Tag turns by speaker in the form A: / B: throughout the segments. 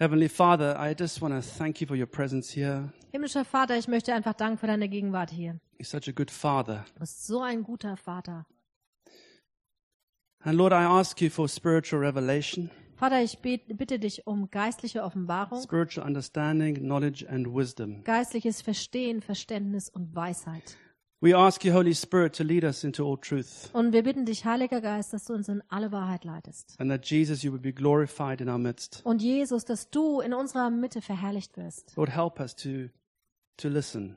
A: Heavenly Father, I just want to thank you for your presence here.
B: Himmlischer Vater, ich möchte einfach danken für deine Gegenwart hier.
A: You're such a good Father.
B: Du bist so ein guter Vater.
A: And Lord, I ask you for spiritual revelation,
B: Vater, ich bete, bitte dich um geistliche Offenbarung,
A: spiritual understanding, knowledge, and wisdom.
B: geistliches Verstehen, Verständnis und Weisheit.
A: We ask you, Holy Spirit, to lead us into all truth,
B: Und wir bitten dich, Heiliger Geist, dass du uns in alle Wahrheit leitest.
A: and that Jesus, you would be glorified in our midst.
B: Und Jesus, dass du in unserer Mitte verherrlicht wirst.
A: Lord, help us to, to listen,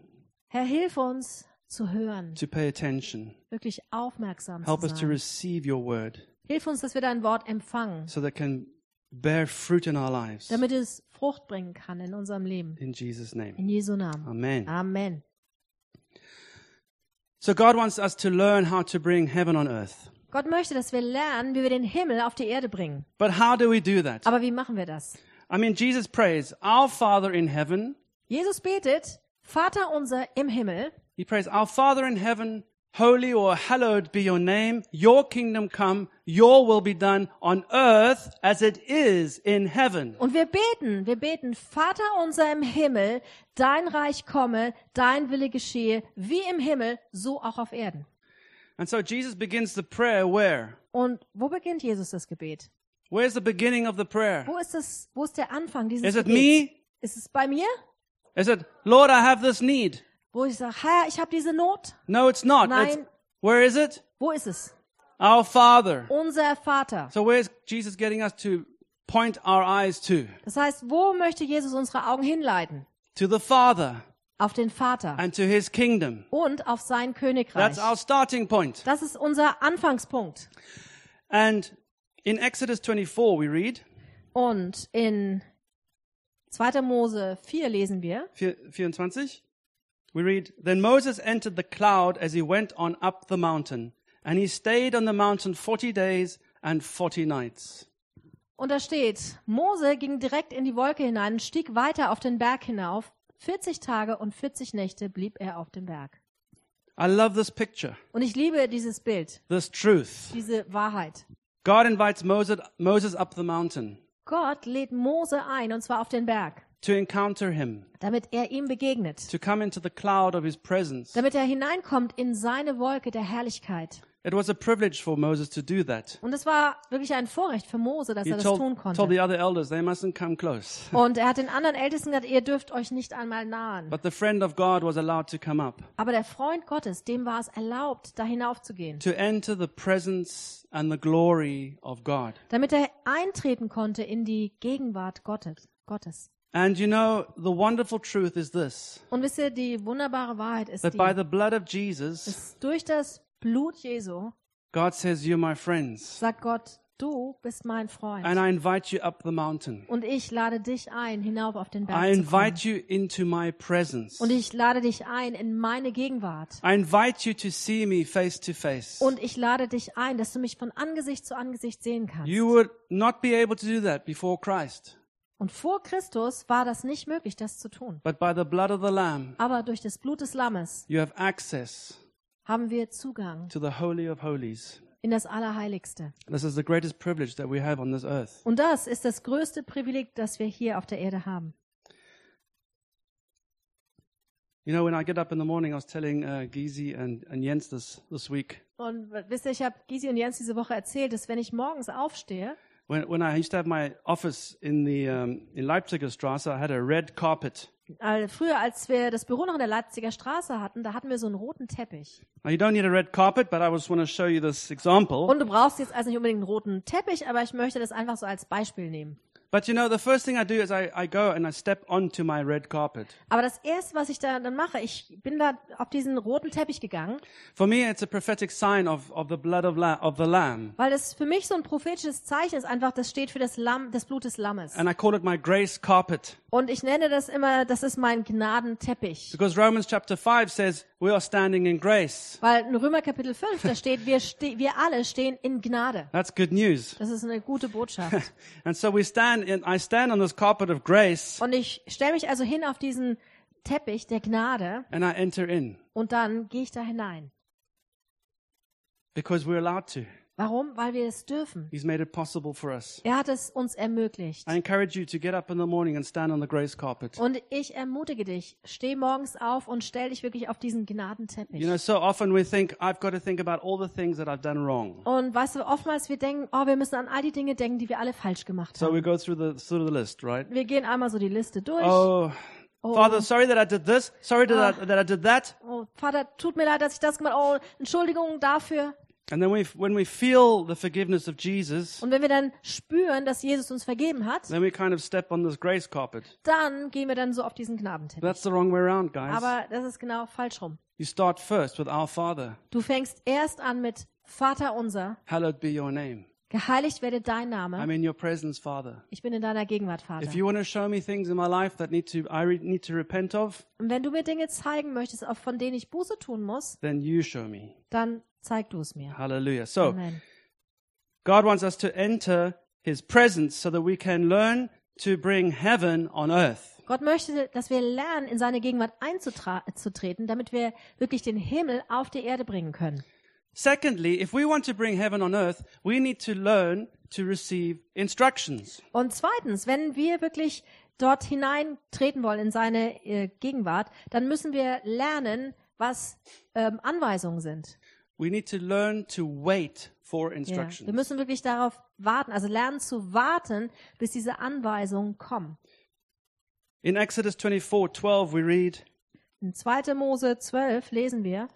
B: Herr, hilf uns zu hören,
A: to pay attention.
B: wirklich aufmerksam
A: Help
B: zu
A: us to
B: sein.
A: receive your word
B: Hilf uns, dass wir dein Wort empfangen,
A: so that it can bear fruit in our lives.
B: damit es Frucht bringen kann in unserem Leben.
A: In Jesus' name.
B: In Jesu Namen.
A: Amen.
B: Amen.
A: So God wants us to learn how to bring heaven on earth.
B: Gott möchte, dass wir lernen, wie wir den Himmel auf die Erde bringen.
A: But how do we do that?
B: Aber wie machen wir das?
A: I mean, Jesus prays, Our Father in heaven.
B: Jesus betet, Vater unser im Himmel,
A: He prays, Our Father in heaven, holy or hallowed be your name. Your kingdom come, your will be done on earth as it is in heaven.
B: Und wir beten, wir beten, Vater unser im Himmel, dein Reich komme, dein Wille geschehe, wie im Himmel, so auch auf Erden.
A: And so Jesus begins the prayer where?
B: Und wo beginnt Jesus das Gebet?
A: Where's the beginning of the prayer?
B: Wo ist das, wo ist der Anfang dieses
A: Is it
B: Gebets?
A: me?
B: Ist es bei mir?
A: Is it, Lord, I have this need?
B: Wo ich sage, Herr, ich habe diese Not?
A: No, it's not. It's-
B: Nein.
A: where is it?
B: Wo ist es?
A: Our Father.
B: Unser Vater.
A: So where's Jesus getting us to point our eyes to?
B: Das heißt, wo möchte Jesus unsere Augen hinleiten?
A: To the Father
B: Auf den Vater
A: and to his kingdom.
B: und auf sein Königreich.
A: That's our starting point.
B: Das ist unser Anfangspunkt.
A: And in Exodus 24, we read,
B: Und in 2. Mose 4 lesen wir,
A: 24, we read, Then Moses entered the cloud as he went on up the mountain, and he stayed on the mountain 40 days and 40 nights.
B: Und da steht, Mose ging direkt in die Wolke hinein und stieg weiter auf den Berg hinauf. 40 Tage und 40 Nächte blieb er auf dem Berg.
A: I love this picture,
B: Und ich liebe dieses Bild,
A: this truth.
B: diese Wahrheit.
A: God invites Moses, Moses up the mountain
B: Gott lädt Mose ein, und zwar auf den Berg,
A: to encounter him,
B: damit er ihm begegnet,
A: to come into the cloud of his presence.
B: damit er hineinkommt in seine Wolke der Herrlichkeit.
A: It was a privilege for Moses to do that.
B: Und es war wirklich ein Vorrecht für Mose, dass
A: He
B: er das tun
A: told, told the
B: konnte.
A: other elders they mustn't come close.
B: Und er hat den anderen Ältesten gesagt, ihr dürft euch nicht einmal nahen.
A: But the friend of God was allowed to come up,
B: Aber der Freund Gottes, dem war es erlaubt, da hinaufzugehen.
A: to enter the presence and the glory of God.
B: damit er eintreten konnte in die Gegenwart Gottes. Gottes.
A: And you know, the wonderful truth is this
B: Und wisst ihr, die wunderbare Wahrheit ist,
A: that by
B: die,
A: the blood of Jesus,
B: dass durch das Blut Jesu
A: God says, You're my friends,
B: sagt Gott, du bist mein
A: and
B: Freund.
A: I invite you up the mountain.
B: Und ich lade dich ein, hinauf auf den
A: I
B: Berg zu kommen.
A: invite you into my presence.
B: Und ich lade dich ein in meine Gegenwart.
A: I invite you to see me face to face.
B: Und ich lade dich ein, dass du mich von Angesicht zu Angesicht sehen kannst.
A: You would not be able to do that before Christ,
B: Und vor Christus war das nicht möglich, das zu tun.
A: but by the blood of the Lamb,
B: Aber durch das Blut des Lammes
A: you have access
B: haben wir Zugang
A: to the Holy of Holies.
B: in das Allerheiligste.
A: This is the greatest privilege that we have on this earth.
B: Und das ist das größte Privileg, das wir hier auf der Erde haben.
A: You know, when I get up in the morning, I was telling uh, Gizi and, and Jens this, this week.
B: Und wisst ihr, ich habe Gysi und Jens diese Woche erzählt, dass wenn ich morgens aufstehe,
A: When, when I used to have my office in the um, in Leipziger Straße, I had a red carpet.
B: äh, früher als wir das Büro noch in der Leipziger Straße hatten, da hatten wir so einen roten Teppich.
A: Now, you don't need a red carpet, but I just want to show you this example.
B: Und du brauchst jetzt also nicht unbedingt einen roten Teppich, aber ich möchte das einfach so als Beispiel nehmen.
A: But you know, the first thing I do is I, I go and I step onto my red carpet.
B: Aber das Erste, was ich da dann mache, ich bin da auf diesen roten Teppich gegangen,
A: For me, it's a prophetic sign of, of the blood of, la- of the Lamb.
B: weil das für mich so ein prophetisches Zeichen ist, einfach das steht für das, Lamm, das Blut des Lammes.
A: And I call it my grace carpet.
B: Und ich nenne das immer, das ist mein Gnadenteppich.
A: Because Romans chapter 5 says we are standing in grace.
B: Weil in Römer Kapitel 5, da steht, wir, ste wir alle stehen in Gnade.
A: That's good news.
B: Das ist eine gute Botschaft.
A: And so we stand in, I stand on this carpet of grace
B: Und ich stelle mich also hin auf diesen Teppich der Gnade
A: and I enter in
B: und dann gehe ich da hinein,
A: because we're allowed to.
B: Warum? Weil wir es dürfen.
A: He's made it possible for us.
B: Er hat es uns ermöglicht.
A: I encourage you to get up in the morning and stand on the grace carpet.
B: Und ich ermutige dich, steh morgens auf und stell dich wirklich auf diesen Gnadenteppich.
A: You know, so often we think, I've got to think about all the things that I've done wrong.
B: und weißt du, oftmals wir denken, oh, wir müssen an all die Dinge denken, die wir alle falsch gemacht
A: So
B: haben.
A: we go through the, through the list, right?
B: Wir gehen einmal so die Liste durch.
A: Oh,
B: Oh.
A: Father, sorry that I did this. Sorry that, I, that I did that.
B: oh, Vater, tut mir leid, dass ich das gemacht habe. Oh, Entschuldigung dafür.
A: And then we, when we feel the forgiveness of Jesus,
B: Und wenn wir dann spüren, dass Jesus uns vergeben hat,
A: then we kind of step on this grace carpet.
B: dann gehen wir dann so auf diesen Gnadenteppich.
A: That's the wrong way around, guys.
B: Aber das ist genau falsch rum.
A: You start first with our Father.
B: Du fängst erst an mit Vater unser,
A: Hallowed be your name.
B: geheiligt werde dein Name.
A: I'm in your presence, Father.
B: Ich bin in deiner Gegenwart, Vater.
A: If you want to show me things in my life that need to I re- need to repent of,
B: Und wenn du mir Dinge zeigen möchtest, auf- von denen ich Buße tun muss,
A: then you show me.
B: dann zeig du es mir.
A: Hallelujah. So
B: Amen.
A: God wants us to enter His presence so that we can learn to bring heaven on earth.
B: Gott möchte, dass wir lernen, in seine Gegenwart einzutreten, damit wir wirklich den Himmel auf die Erde bringen können.
A: Secondly, if we want to bring heaven on earth, we need to learn to receive instructions.
B: Und zweitens, wenn wir wirklich dort hineintreten wollen in seine äh, Gegenwart, dann müssen wir lernen, was ähm, Anweisungen sind.
A: We need to learn to wait for
B: Ja.
A: instructions.
B: Wir müssen wirklich darauf warten, also lernen zu warten, bis diese Anweisungen kommen.
A: In Exodus 24:12 we read,
B: In 2. Mose 12 lesen wir,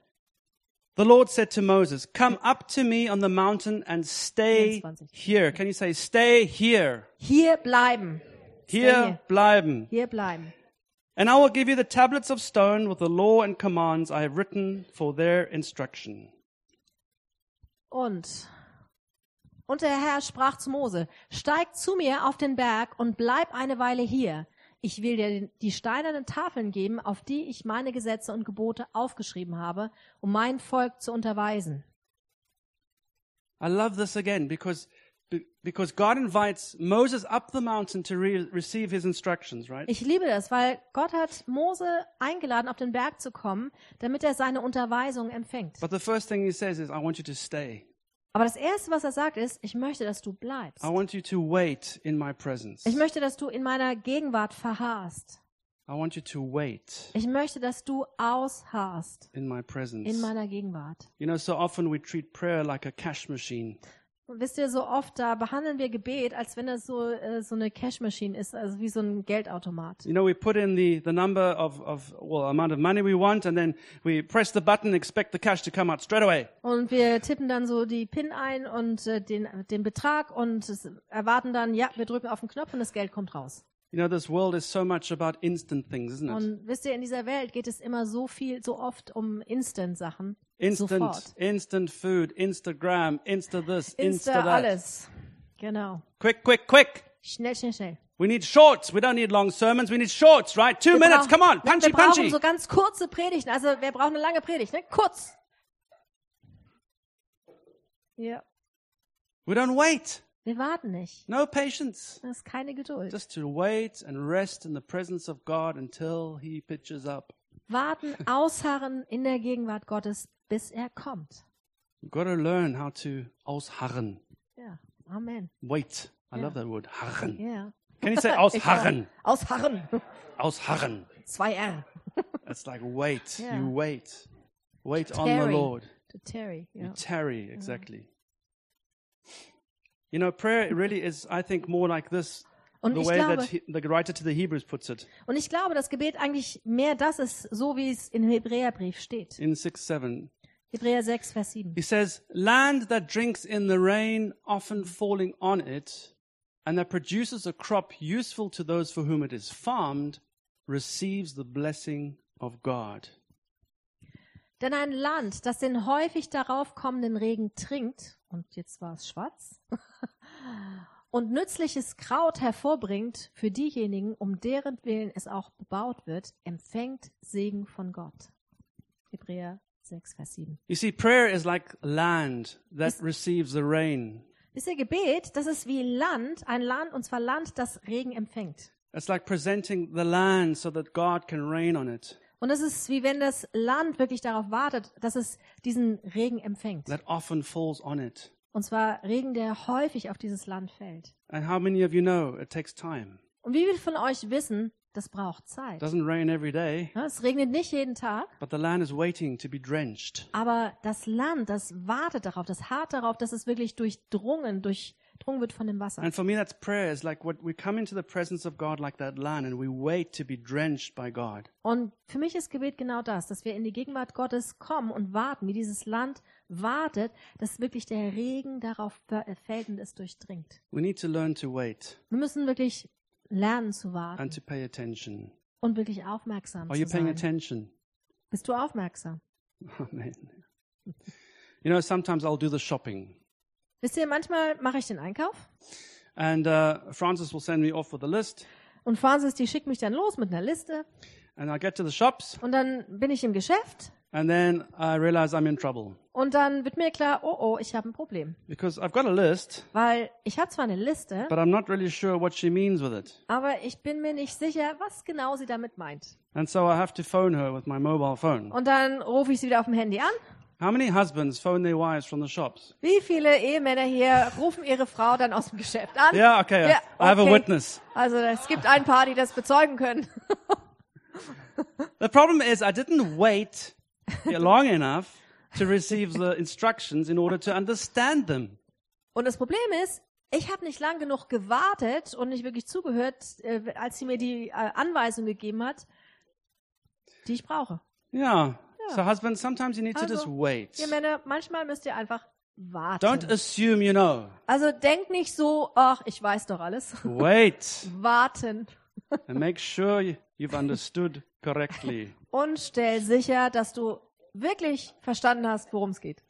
A: The Lord said to Moses, Come up to me on the mountain and stay
B: 24.
A: here. Can you say, stay here?
B: hier bleiben,
A: Here
B: here.
A: bleiben.
B: hier bleiben.
A: And I will give you the tablets of stone with the law and commands I have written for their instruction.
B: Und, und der Herr sprach zu Mose, steig zu mir auf den Berg und bleib eine Weile hier. Ich will dir die steinernen Tafeln geben, auf die ich meine Gesetze und Gebote aufgeschrieben habe, um mein Volk zu unterweisen.
A: I love this again because, be- because God invites Moses up the mountain to re- receive his instructions, right?
B: Ich liebe das, weil Gott hat Mose eingeladen, auf den Berg zu kommen, damit er seine Unterweisung empfängt.
A: But the first thing he says is, I want you to stay.
B: Aber das Erste, was er sagt, ist, ich möchte, dass du bleibst.
A: I want you to wait in my presence.
B: Ich möchte, dass du in meiner Gegenwart verharrst.
A: I want you to wait
B: Ich möchte, dass du ausharrst
A: in my presence.
B: in meiner Gegenwart.
A: You know, so often we treat prayer like a cash machine.
B: Und wisst ihr, so oft, da behandeln wir Gebet, als wenn das so, äh, so eine Cashmaschine ist, also wie so ein Geldautomat.
A: You know, we put in the, the number of, of, well, amount of money we want, and then we press the button, expect the cash to come out straight away.
B: Und wir tippen dann so die PIN ein und äh, den, den Betrag und es, erwarten dann, ja, wir drücken auf den Knopf und das Geld kommt raus.
A: You know, this world is so much about instant things, isn't it?
B: Und wisst ihr, in dieser Welt geht es immer so viel, so oft um Instant-Sachen.
A: Instant,
B: Sofort.
A: instant food, Instagram, Insta this, Insta,
B: Insta
A: that.
B: alles. Genau.
A: Quick, quick, quick.
B: Schnell, schnell, schnell.
A: We need shorts. We don't need long sermons. We need shorts, right? Two
B: Wir
A: minutes.
B: brauchen-
A: Come on.
B: wir
A: Punchy,
B: brauchen
A: punchy.
B: so ganz kurze Predigten. Also wir brauchen eine lange Predigt, ne? Kurz. Ja.
A: We don't wait.
B: Wir warten nicht.
A: No patience.
B: Das ist keine Geduld.
A: Just to wait and rest in the presence of God until He pitches up.
B: warten, ausharren in der Gegenwart Gottes, bis er kommt.
A: We've got to learn how to ausharren.
B: Ja. Amen.
A: Wait. I
B: Yeah.
A: love that word, harren.
B: Ja.
A: Can you say
B: Ich
A: ausharren?
B: auch. Ausharren.
A: Ausharren.
B: Zwei R.
A: That's like wait.
B: Yeah.
A: You wait. Wait on the
B: Tarry.
A: Lord.
B: To Terry.
A: You
B: Ja.
A: tarry, exactly. You know, prayer really is, I think, more like this
B: Und
A: the
B: ich
A: way that
B: glaube,
A: he, the writer to the Hebrews puts it
B: und ich glaube, das Gebet eigentlich mehr das ist, so wie es im Hebräerbrief steht.
A: in 6 7.
B: Hebräer 6, Vers 7.
A: He says, Land that drinks in the rain, often falling on it, and that produces a crop useful to those for whom it is farmed, receives the blessing of God.
B: Denn ein Land, das den häufig darauf kommenden Regen trinkt, und jetzt war es schwarz, und nützliches Kraut hervorbringt für diejenigen, um deren Willen es auch bebaut wird, empfängt Segen von Gott. Hebräer 6, Vers 7.
A: You see, prayer is like land that receives the rain.
B: Ist ihr Gebet, das ist wie Land, ein Land, und zwar Land, das Regen empfängt.
A: It's like presenting the land so that God can rain on it,
B: Und es ist wie wenn das Land wirklich darauf wartet, dass es diesen Regen empfängt
A: that often falls on it.
B: Und zwar Regen, der häufig auf dieses Land fällt.
A: And how many of you know it takes time?
B: Und wie viele von euch wissen, das braucht Zeit.
A: doesn't rain every day,
B: Ja, Es regnet nicht jeden Tag,
A: but the land is waiting to be drenched.
B: aber das Land, das wartet darauf, das hart darauf, dass es wirklich durchdrungen, durchdrungen wird von dem Wasser.
A: And for me, that's prayer. It's like what we come into the presence of God like that land and we wait to be drenched by God.
B: Und für mich ist Gebet genau das, dass wir in die Gegenwart Gottes kommen und warten, wie dieses Land wartet, dass wirklich der Regen darauf ver- äh, fällt und es durchdringt.
A: We need to learn to wait
B: Wir müssen wirklich lernen zu warten
A: and to pay attention.
B: und wirklich aufmerksam
A: Are you
B: zu
A: paying
B: sein.
A: attention?
B: Bist du aufmerksam?
A: Amen. You know, sometimes I'll do the shopping.
B: Wisst ihr, manchmal mache ich den Einkauf
A: And uh, Francis will send me off with a list.
B: und Francis, die schickt mich dann los mit einer Liste
A: And I get to the shops.
B: und dann bin ich im Geschäft
A: And then I realize I'm in trouble.
B: und dann wird mir klar, oh oh, ich habe ein Problem.
A: Because I've got a list,
B: Weil ich habe zwar eine Liste,
A: but I'm not really sure what she means with it.
B: aber ich bin mir nicht sicher, was genau sie damit meint.
A: And so I have to phone her with my mobile phone.
B: Und dann rufe ich sie wieder auf dem Handy an.
A: How many husbands phone their wives from the shops?
B: Wie viele Ehemänner hier rufen ihre Frau dann aus dem Geschäft an?
A: Yeah, okay.
B: Ja,
A: I have a
B: okay.
A: witness.
B: Also es gibt ein paar, die das bezeugen können.
A: The problem is I didn't wait long enough to receive the instructions in order to understand them.
B: Und das Problem ist, ich habe nicht lang genug gewartet und nicht wirklich zugehört, äh, als sie mir die äh, Anweisung gegeben hat, die ich brauche.
A: Yeah. So husbands, sometimes you need to
B: Also,
A: just wait.
B: Ihr Männer, manchmal müsst ihr einfach warten.
A: Don't assume you know.
B: also denkt nicht so, ach, ich weiß doch alles.
A: Wait
B: Warten
A: and make sure you- you've understood correctly.
B: und stell sicher, dass du wirklich verstanden hast, worum es geht.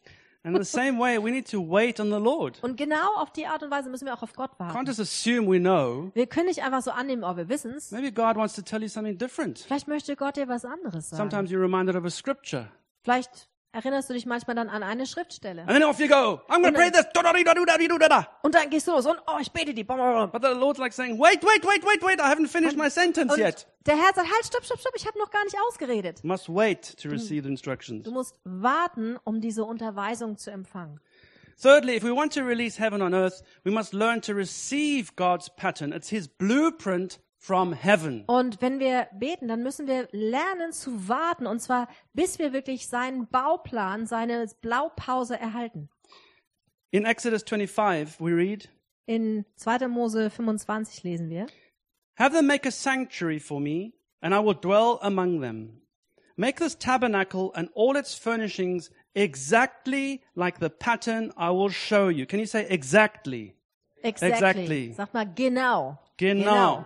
A: And the same way, we need to wait on the Lord.
B: Und genau auf die Art und Weise müssen wir auch auf Gott warten.
A: Can't just assume we know.
B: Wir können nicht einfach so annehmen, oh, wir wissen's.
A: Maybe God wants to tell you something different.
B: Vielleicht möchte Gott dir was anderes sagen.
A: Sometimes you're reminded of a scripture.
B: Vielleicht erinnerst du dich manchmal dann an eine Schriftstelle.
A: And then off you go. I'm going to pray
B: And
A: this. Da-da-dee-da-doo-da-dee-doo-da-da.
B: Und dann gehst du los und oh, ich bete die. Und
A: But the Lord's like saying, wait, wait, wait, wait, wait. I haven't finished my
B: Oh,
A: sentence yet.
B: der Herr sagt, halt, stopp, stopp, stopp, ich habe noch gar nicht ausgeredet.
A: You must wait to receive the instructions.
B: Du musst warten, um diese Unterweisung zu empfangen.
A: Thirdly, if we want to release heaven on earth, we must learn to receive God's pattern. It's his blueprint from heaven.
B: Und wenn wir beten, dann müssen wir lernen zu warten. Und zwar, bis wir wirklich seinen Bauplan, seine Blaupause erhalten.
A: In Exodus 25, we read,
B: In 2. Mose 25 lesen wir.
A: Have them make a sanctuary for me, and I will dwell among them. Make this tabernacle and all its furnishings exactly like the pattern I will show you. Can you say exactly?
B: Exactly.
A: Exactly.
B: Sag mal, genau.
A: Genau.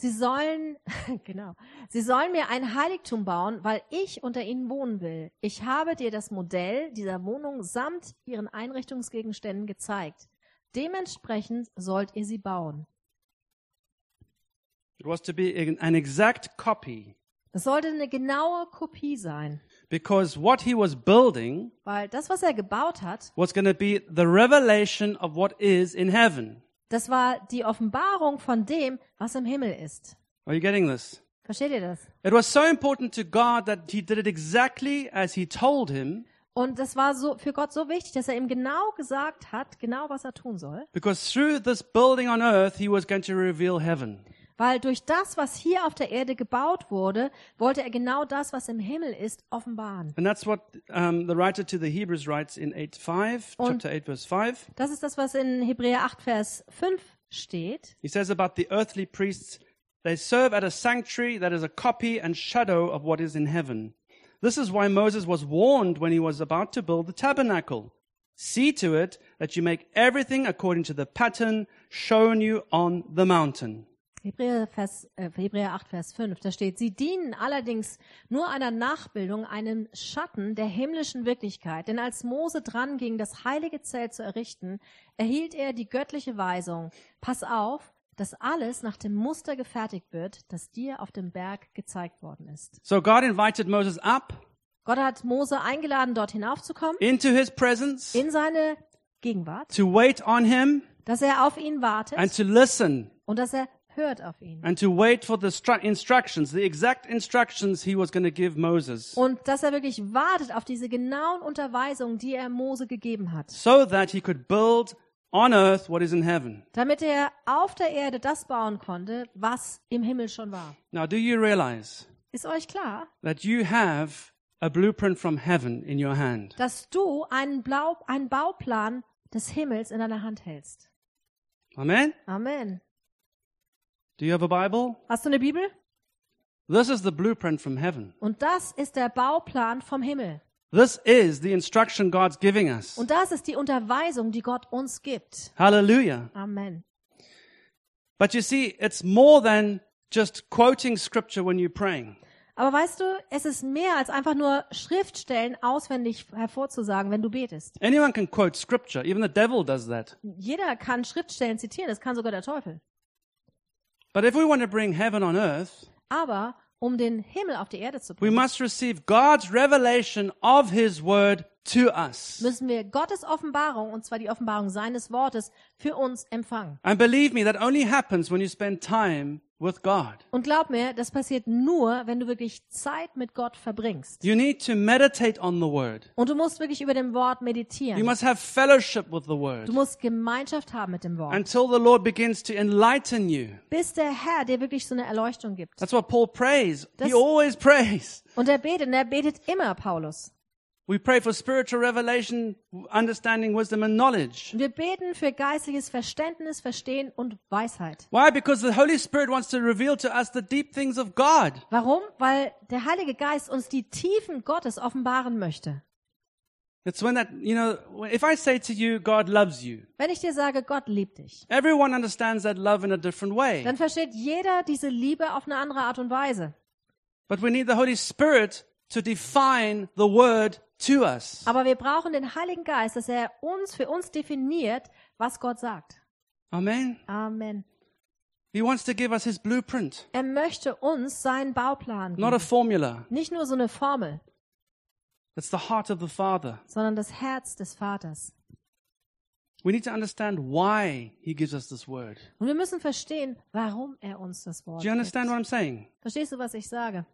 B: Sie sollen, genau, sie sollen mir ein Heiligtum bauen, weil ich unter ihnen wohnen will. Ich habe dir das Modell dieser Wohnung samt ihren Einrichtungsgegenständen gezeigt. Dementsprechend sollt ihr sie bauen.
A: It was to be an an exact copy
B: Es sollte eine genaue Kopie sein,
A: because what he was building
B: weil das, was er gebaut hat,
A: was going to be the revelation of what is in heaven.
B: das war die Offenbarung von dem, was im Himmel ist.
A: Are you getting this?
B: Versteht ihr das?
A: It was so important to God that he did it exactly as he told him
B: Und das war so für Gott so wichtig, dass er ihm genau gesagt hat, genau was er tun soll.
A: because through this building on earth he was going to reveal heaven.
B: Weil durch das, was hier auf der Erde gebaut wurde, wollte er genau das, was im Himmel ist, offenbaren.
A: And that's what um, the writer to the Hebrews writes in 8 5,
B: Und-
A: chapter 8, verse 5.
B: Das ist das, was in Hebräer 8, Vers 5 steht.
A: He says about the earthly priests, they serve at a sanctuary that is a copy and shadow of what is in heaven. This is why Moses was warned when he was about to build the tabernacle. See to it that you make everything according to the pattern shown you on the mountain.
B: Hebräer, Vers, äh, Hebräer 8, Vers 5, da steht, sie dienen allerdings nur einer Nachbildung, einem Schatten der himmlischen Wirklichkeit. Denn als Mose dran ging, das heilige Zelt zu errichten, erhielt er die göttliche Weisung. Pass auf, dass alles nach dem Muster gefertigt wird, das dir auf dem Berg gezeigt worden ist.
A: So God invited Moses up
B: Gott hat Mose eingeladen, dort hinaufzukommen.
A: into his presence
B: in seine Gegenwart,
A: to wait on him
B: dass er auf ihn wartet
A: and to listen
B: und dass er hört auf ihn.
A: and to wait for the stru- instructions, the exact instructions he was going to give Moses,
B: Und dass er wirklich wartet auf diese genauen Unterweisungen, die er Mose gegeben hat,
A: so that he could build on earth what is in heaven.
B: damit er auf der Erde das bauen konnte, was im Himmel schon war.
A: Now, do you realize
B: Ist euch klar,
A: that you have a blueprint from heaven in your hand?
B: dass du einen, Blau einen Bauplan des Himmels in deiner Hand hältst?
A: Amen?
B: Amen.
A: Do you have a Bible?
B: Hast du eine Bibel?
A: This is the blueprint from heaven.
B: Und das ist der Bauplan vom Himmel.
A: This is the instruction God's giving us.
B: Und das ist die Unterweisung, die Gott uns gibt.
A: Hallelujah.
B: Amen.
A: But you see, it's more than just quoting scripture when you're praying.
B: Aber weißt du, es ist mehr als einfach nur Schriftstellen auswendig hervorzusagen, wenn du betest.
A: Anyone can quote scripture, even the devil does that.
B: Jeder kann Schriftstellen zitieren, das kann sogar der Teufel.
A: But if we want to bring heaven on earth,
B: Aber um den Himmel auf die Erde
A: we
B: zu bringen,
A: must receive God's revelation of his word to us.
B: müssen wir Gottes Offenbarung, und zwar die Offenbarung seines Wortes, für uns empfangen.
A: And believe me, that only happens when you spend time with God.
B: Und glaub mir, das passiert nur, wenn du wirklich Zeit mit Gott verbringst.
A: You need to meditate on the word.
B: Und du musst wirklich über dem Wort
A: You
B: meditieren.
A: must have fellowship with the word
B: Du musst Gemeinschaft haben mit dem Wort,
A: until the Lord begins to enlighten you.
B: bis der Herr dir wirklich so eine Erleuchtung gibt.
A: That's what Paul prays. He
B: Das-
A: always prays.
B: Und er betet, und er betet immer, Paulus.
A: We pray for spiritual revelation, understanding, wisdom, and knowledge.
B: Und wir beten für geistliches Verständnis, Verstehen und Weisheit.
A: Why? Because the Holy Spirit wants to reveal to us the deep things of God.
B: Warum? Weil der Heilige Geist uns die Tiefen Gottes offenbaren möchte.
A: It's when that, you know, if I say to you, God loves you,
B: Wenn ich dir sage, Gott liebt dich,
A: everyone understands that love in a different way.
B: dann versteht jeder diese Liebe auf eine andere Art und Weise.
A: But we need the Holy Spirit to define the word to us.
B: Aber wir brauchen den Heiligen Geist, dass er uns für uns definiert, was Gott sagt.
A: Amen.
B: Amen.
A: He wants to give us his blueprint,
B: Er möchte uns seinen Bauplan
A: not a
B: geben.
A: formula.
B: Nicht nur so eine Formel,
A: It's the heart of the Father.
B: sondern das Herz des Vaters.
A: We need to understand why he gives us this word.
B: Und wir müssen verstehen, warum er uns das Wort
A: Do you understand
B: gibt.
A: what I'm saying?
B: Verstehst du, was ich sage?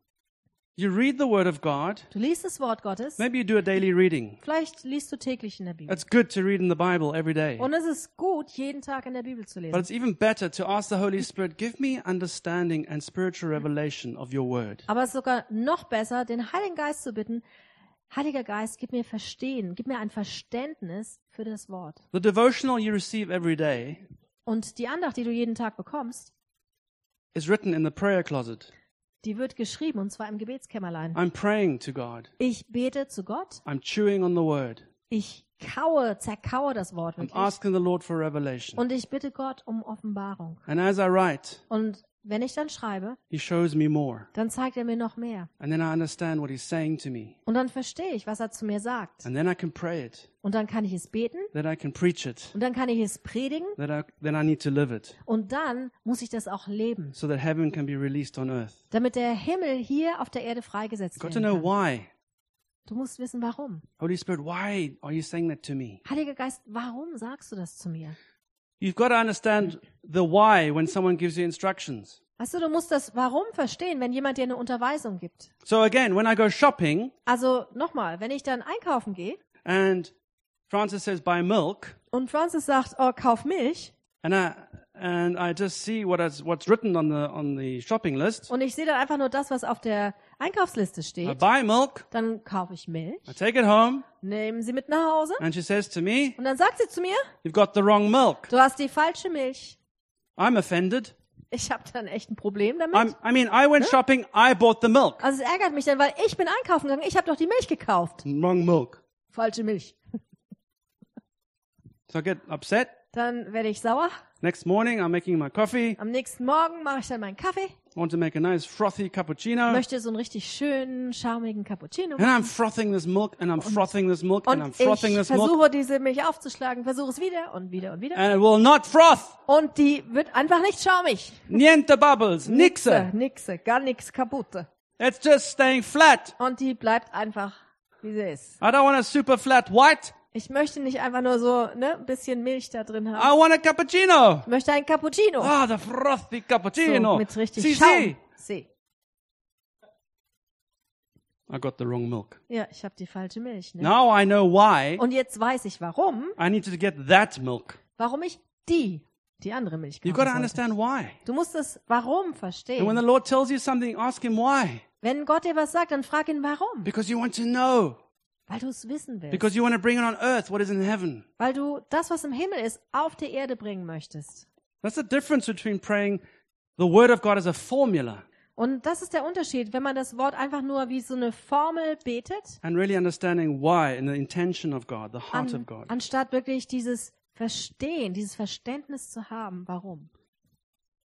A: You read the word of God.
B: Du liest das Wort Gottes.
A: Maybe you do a daily reading.
B: Vielleicht liest du täglich in der Bibel.
A: It's good to read in the Bible every day.
B: Und es ist gut, jeden Tag in der Bibel zu
A: But
B: lesen.
A: it's even better to ask the Holy Spirit, give me understanding and spiritual revelation of your word.
B: Aber es ist sogar noch besser, den Heiligen Geist zu bitten, Heiliger Geist, gib mir Verstehen, gib mir ein Verständnis für das Wort.
A: The devotional you receive every day
B: Und die Andacht, die du jeden Tag bekommst,
A: is written in the prayer closet.
B: die wird geschrieben, und zwar im Gebetskämmerlein.
A: I'm praying to God.
B: Ich bete zu Gott,
A: I'm chewing on the word.
B: ich kaue, zerkaue das Wort
A: I'm
B: wirklich.
A: asking the Lord for revelation.
B: Und ich bitte Gott um Offenbarung.
A: And as I write,
B: Und wenn ich dann schreibe,
A: He shows me more.
B: dann zeigt er mir noch mehr.
A: And then I understand what He's saying to me.
B: Und dann verstehe ich, was er zu mir sagt.
A: And then I can pray it.
B: Und dann kann ich es beten.
A: Then I can preach it.
B: Und dann kann ich es predigen.
A: That I, then I need to live it
B: Und dann muss ich das auch leben,
A: so that heaven can be released on earth.
B: damit der Himmel hier auf der Erde freigesetzt
A: Got
B: wird.
A: to know why.
B: Du musst wissen, warum.
A: Holy Spirit, why are you saying that to me?
B: Heiliger Geist, warum sagst du das zu mir?
A: You've got to understand the why when someone gives you instructions.
B: Weißt du, du musst das Warum verstehen, wenn jemand dir eine Unterweisung gibt.
A: So again, when I go shopping
B: Also nochmal, wenn ich dann einkaufen gehe
A: and Francis says buy milk,
B: und Francis sagt, oh, kauf Milch
A: and I and I just see what is what's written on the on the shopping list.
B: und ich sehe dann einfach nur das, was auf der Einkaufsliste
A: I
B: steht,
A: buy milk,
B: dann kaufe ich Milch,
A: I take it home,
B: nehme sie mit nach Hause
A: and she says to me,
B: und dann sagt sie zu mir,
A: "You've got the wrong milk."
B: du hast die falsche Milch.
A: I'm offended.
B: Ich habe dann echt ein Problem damit.
A: I'm, I mean, I went shopping, I bought the milk.
B: Also es ärgert mich dann, weil ich bin einkaufen gegangen, ich habe doch die Milch gekauft.
A: Wrong milk.
B: Falsche Milch.
A: So I get upset.
B: Dann werde ich sauer.
A: Next morning, I'm making my coffee.
B: Am nächsten Morgen mache ich dann meinen Kaffee,
A: I want to make a nice frothy cappuccino.
B: möchte so einen richtig schönen, schaumigen Cappuccino.
A: And I'm frothing this milk, and I'm frothing this milk, and I'm
B: Und
A: frothing
B: ich
A: this milk,
B: versuche diese Milch aufzuschlagen, versuche es wieder und wieder und wieder.
A: and it will not froth.
B: Und die wird einfach nicht schaumig.
A: Niente bubbles, nixe.
B: Nixe, gar nix kaputt.
A: It's just staying flat.
B: Und die bleibt einfach, wie sie ist.
A: I don't want a super flat white.
B: Ich möchte nicht einfach nur so ne, ein bisschen Milch da drin haben.
A: I want a cappuccino.
B: Ich möchte ein Cappuccino.
A: Ah, the frothy
B: Oh. so,
A: cappuccino.
B: mit richtig
A: See,
B: Schaum.
A: see.
B: See.
A: I got the wrong milk.
B: Ja, ich habe die falsche Milch. Ne?
A: Now I know why
B: Und jetzt weiß ich warum,
A: I need to get that milk.
B: warum ich die, die andere Milch
A: You've
B: kaufen
A: got to
B: sollte.
A: understand why.
B: Du musst es warum
A: And when the
B: verstehen.
A: Lord tells you something, ask Him why.
B: Wenn Gott dir was sagt, dann frag ihn warum.
A: Because you want to know.
B: Weil du es wissen willst.
A: Because you want to bring it on earth what is in heaven.
B: Weil du das, was im Himmel ist, auf die Erde bringen möchtest.
A: That's the difference between praying the Word of God as a formula
B: Und das ist der Unterschied, wenn man das Wort einfach nur wie so eine Formel betet,
A: and really understanding why and the intention of God, the heart
B: an,
A: of God.
B: anstatt wirklich dieses Verstehen, dieses Verständnis zu haben, warum.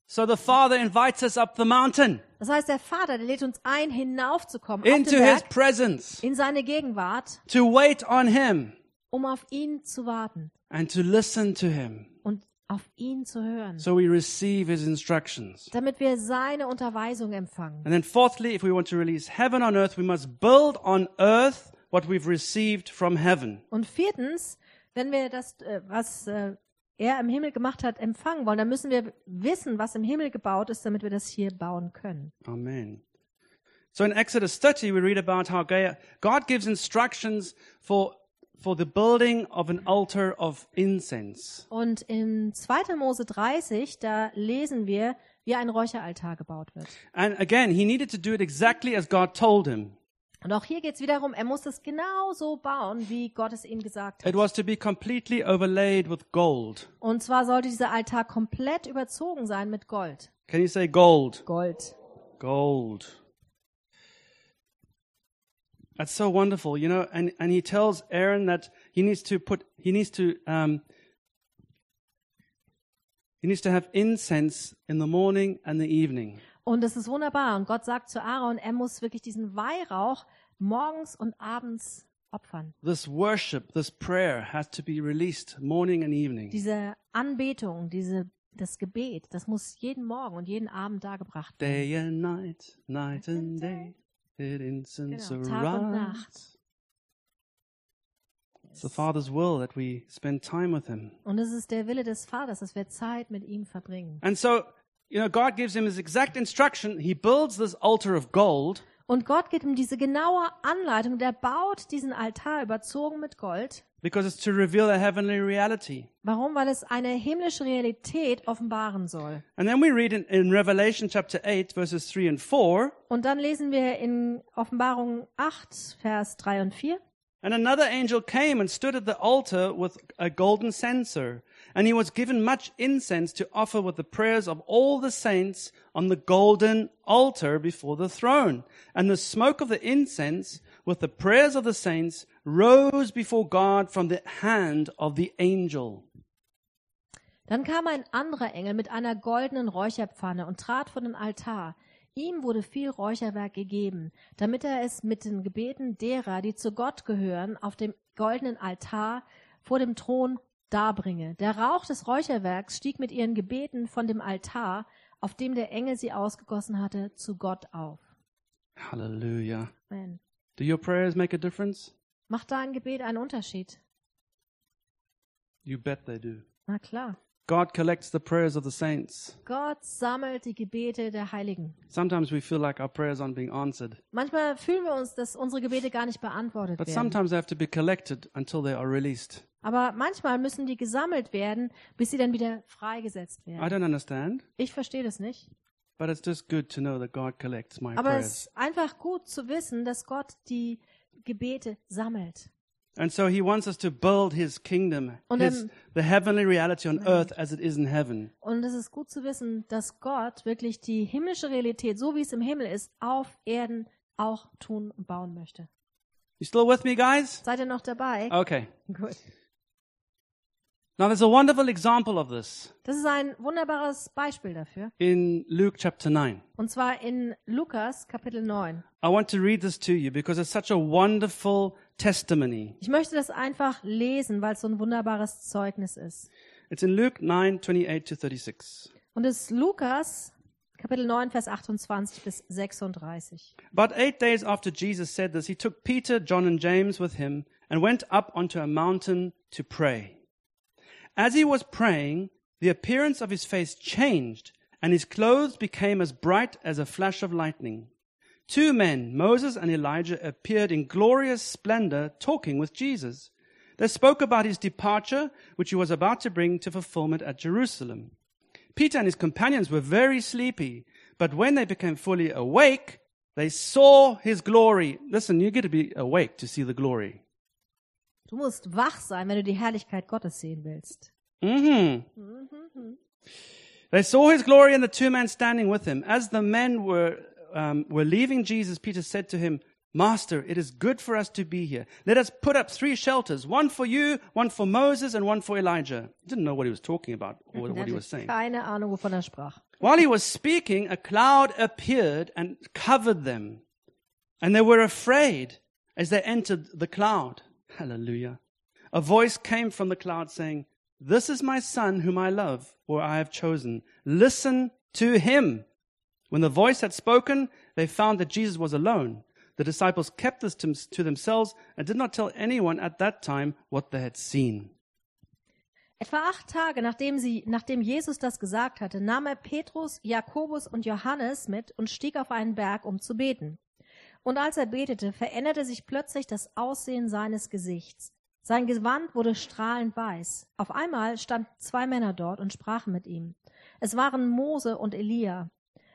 A: So the Father invites us up the mountain
B: Das heißt, der Vater, der lädt uns ein, hinaufzukommen auf
A: into
B: den
A: His
B: Berg,
A: presence,
B: in seine Gegenwart,
A: to wait on Him
B: um auf ihn zu warten
A: and to listen to Him
B: und auf ihn zu hören,
A: so we receive His instructions.
B: damit wir seine Unterweisung empfangen.
A: And then, fourthly, if we want to release heaven on earth, we must build on earth what we've received from heaven.
B: Und viertens, wenn wir das, äh, was äh, er im Himmel gemacht hat, empfangen wollen, dann müssen wir wissen, was im Himmel gebaut ist, damit wir das hier bauen können.
A: Amen. So in Exodus 30, we read about how Ga- God gives instructions for, for the building of an altar of incense.
B: Und in 2. Mose 30, da lesen wir, wie ein Räucheraltar gebaut wird.
A: And again, he needed to do it exactly as God told him.
B: Und auch hier geht es wiederum, er muss es genau so bauen, wie Gott es ihm gesagt hat.
A: It was to be completely overlaid with gold.
B: Und zwar sollte dieser Altar komplett überzogen sein mit Gold.
A: Can you say gold?
B: Gold.
A: Gold. That's so wonderful, you know. And, and he tells Aaron that he needs to put he needs to um, he needs to have incense in the morning and the evening.
B: Und das ist wunderbar. Und Gott sagt zu Aaron, er muss wirklich diesen Weihrauch morgens und abends opfern.
A: This worship, this prayer, has to be released morning and evening.
B: Diese Anbetung, diese, das Gebet, das muss jeden Morgen und jeden Abend dargebracht werden.
A: Day and night, night and day, did incense
B: Genau, Tag und
A: arise.
B: Nacht.
A: It's the Father's will that we spend time with Him.
B: Und es ist der Wille des Vaters, dass wir Zeit mit ihm verbringen.
A: And so, you know, God gives him his exact instruction. He builds this altar of gold,
B: Und Gott gibt ihm diese genaue Anleitung, der baut diesen Altar überzogen mit Gold.
A: because it's to reveal a heavenly reality.
B: Warum? Weil es eine himmlische Realität offenbaren soll.
A: And then we read in, in Revelation chapter 8, verses 3 and 4,
B: Und dann lesen wir in Offenbarung 8, Vers 3 und 4.
A: and another angel came and stood at the altar with a golden censer, and he was given much incense to offer with the prayers of all the saints on the golden altar before the throne. And the smoke of the incense with the prayers of the saints rose before God from the hand of the angel.
B: Dann kam ein anderer Engel mit einer goldenen Räucherpfanne und trat vor den Altar. Ihm wurde viel Räucherwerk gegeben, damit er es mit den Gebeten derer, die zu Gott gehören, auf dem goldenen Altar vor dem Thron darbringe. Der Rauch des Räucherwerks stieg mit ihren Gebeten von dem Altar, auf dem der Engel sie ausgegossen hatte, zu Gott auf.
A: Hallelujah.
B: Amen.
A: Do your prayers make a difference?
B: Macht da ein Gebet einen Unterschied?
A: You bet they do.
B: Na klar.
A: God collects the prayers of the saints.
B: Gott sammelt die Gebete der Heiligen.
A: Sometimes we feel like our prayers aren't being answered,
B: Manchmal fühlen wir uns, dass unsere Gebete gar nicht beantwortet
A: but
B: werden.
A: sometimes they have to be collected until they are released.
B: Aber manchmal müssen die gesammelt werden, bis sie dann wieder freigesetzt
A: I
B: werden.
A: don't understand,
B: Ich verstehe das nicht.
A: but it's just good to know that God collects my
B: Aber
A: prayers.
B: es ist einfach gut zu wissen, dass Gott die Gebete sammelt.
A: And so he wants us to build his kingdom,
B: Und
A: his,
B: dann-
A: the heavenly reality on earth as it is in heaven.
B: Und es ist gut zu wissen, dass Gott wirklich die himmlische Realität, so wie es im Himmel ist, auf Erden auch tun und bauen möchte.
A: You still with me, guys?
B: Seid ihr noch dabei?
A: Okay.
B: Gut.
A: Now there's a wonderful example of this
B: Das ist ein wunderbares Beispiel dafür.
A: in Luke chapter 9.
B: Und zwar in Lukas Kapitel 9.
A: I want to read this to you because it's such a wonderful testimony.
B: Ich möchte das einfach lesen, weil es so ein wunderbares Zeugnis ist.
A: It's in Luke 9, 28 to 36.
B: Und es ist Lukas Kapitel 9, Vers 28 bis 36.
A: About eight days after Jesus said this, he took Peter, John, and James with him and went up onto a mountain to pray. As he was praying, the appearance of his face changed, and his clothes became as bright as a flash of lightning. Two men, Moses and Elijah, appeared in glorious splendor talking with Jesus. They spoke about his departure, which he was about to bring to fulfillment at Jerusalem. Peter and his companions were very sleepy, but when they became fully awake, they saw his glory. Listen, you get to be awake to see the glory.
B: Du musst wach sein, wenn du die Herrlichkeit Gottes sehen willst.
A: hmm They saw his glory and the two men standing with him. As the men were, um, were leaving Jesus, Peter said to him, Master, it is good for us to be here. Let us put up three shelters, one for you, one for Moses, and one for Elijah. He didn't know what he was talking about or
B: Er
A: what he was saying.
B: hatte keine Ahnung, wovon er sprach.
A: While he was speaking, a cloud appeared and covered them, and they were afraid as they entered the cloud. Hallelujah. A voice came from the cloud saying, This is my son whom I love, or I have chosen. Listen to him. When the voice had spoken, they found that Jesus was alone. The disciples kept this to to themselves and did not tell anyone at that time what they had seen.
B: Etwa acht Tage nachdem, sie, nachdem Jesus das gesagt hatte, nahm er Petrus, Jakobus und Johannes mit und stieg auf einen Berg, um zu beten. Und als er betete, veränderte sich plötzlich das Aussehen seines Gesichts. Sein Gewand wurde strahlend weiß. Auf einmal standen zwei Männer dort und sprachen mit ihm. Es waren Mose und Elia.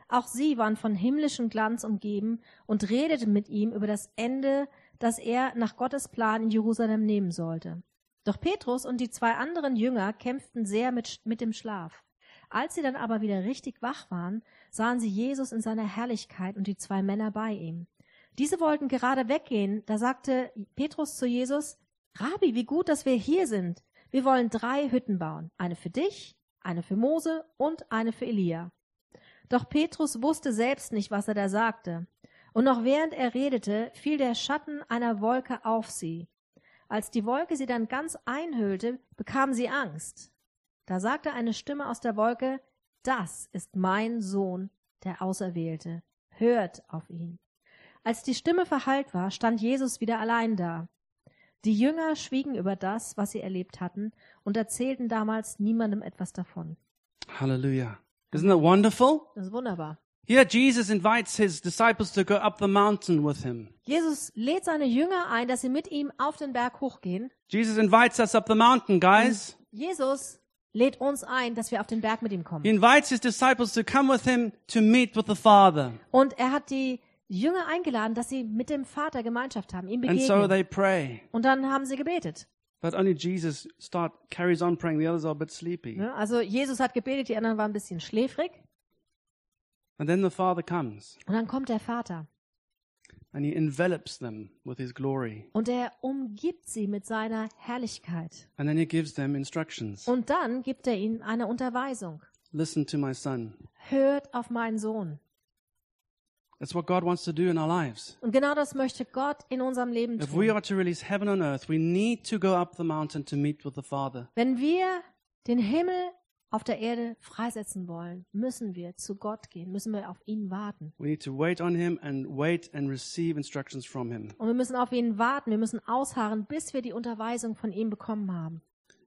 B: Auch sie waren von himmlischem Glanz umgeben und redeten mit ihm über das Ende, das er nach Gottes Plan in Jerusalem nehmen sollte. Doch Petrus und die zwei anderen Jünger kämpften sehr mit, Sch- mit dem Schlaf. Als sie dann aber wieder richtig wach waren, sahen sie Jesus in seiner Herrlichkeit und die zwei Männer bei ihm. Diese wollten gerade weggehen, da sagte Petrus zu Jesus, Rabbi, wie gut, dass wir hier sind. Wir wollen drei Hütten bauen, eine für dich, eine für Mose und eine für Elia. Doch Petrus wusste selbst nicht, was er da sagte. Und noch während er redete, fiel der Schatten einer Wolke auf sie. Als die Wolke sie dann ganz einhüllte, bekamen sie Angst. Da sagte eine Stimme aus der Wolke, das ist mein Sohn, der Auserwählte. Hört auf ihn. Als die Stimme verhallt war, stand Jesus wieder allein da. Die Jünger schwiegen über das, was sie erlebt hatten, und erzählten damals niemandem etwas davon.
A: Hallelujah. Isn't that wonderful?
B: Das ist wunderbar.
A: Here, Jesus invites his disciples to go up the mountain with him.
B: Jesus lädt seine Jünger ein, dass sie mit ihm auf den Berg hochgehen.
A: Jesus invites us up the mountain, guys.
B: Jesus lädt uns ein, dass wir auf den Berg mit ihm kommen.
A: He invites his disciples to come with him to meet with the Father.
B: Und er hat die Jünger eingeladen, dass sie mit dem Vater Gemeinschaft haben, ihm
A: And so
B: begegnen.
A: they pray.
B: Und dann haben sie gebetet.
A: But only Jesus start carries on praying. The others are a bit sleepy.
B: Ne? Also Jesus hat gebetet, die anderen waren ein bisschen schläfrig.
A: And then the Father comes
B: Und dann kommt der Vater
A: and he envelops them with his glory.
B: und er umgibt sie mit seiner Herrlichkeit.
A: And then he gives them instructions.
B: Und dann gibt er ihnen eine Unterweisung.
A: Listen to my son.
B: Hört auf meinen Sohn.
A: That's what God wants to do in our lives.
B: Und genau das möchte Gott in unserem Leben
A: If we
B: tun.
A: are to release heaven on earth, we need to go up the mountain to meet with the Father.
B: Wenn wir den Himmel auf der Erde freisetzen wollen, müssen wir zu Gott gehen, müssen wir auf ihn warten.
A: We need to wait on him and wait and receive instructions from him.
B: Und wir müssen auf ihn warten, wir müssen ausharren, bis wir die Unterweisung von ihm bekommen haben.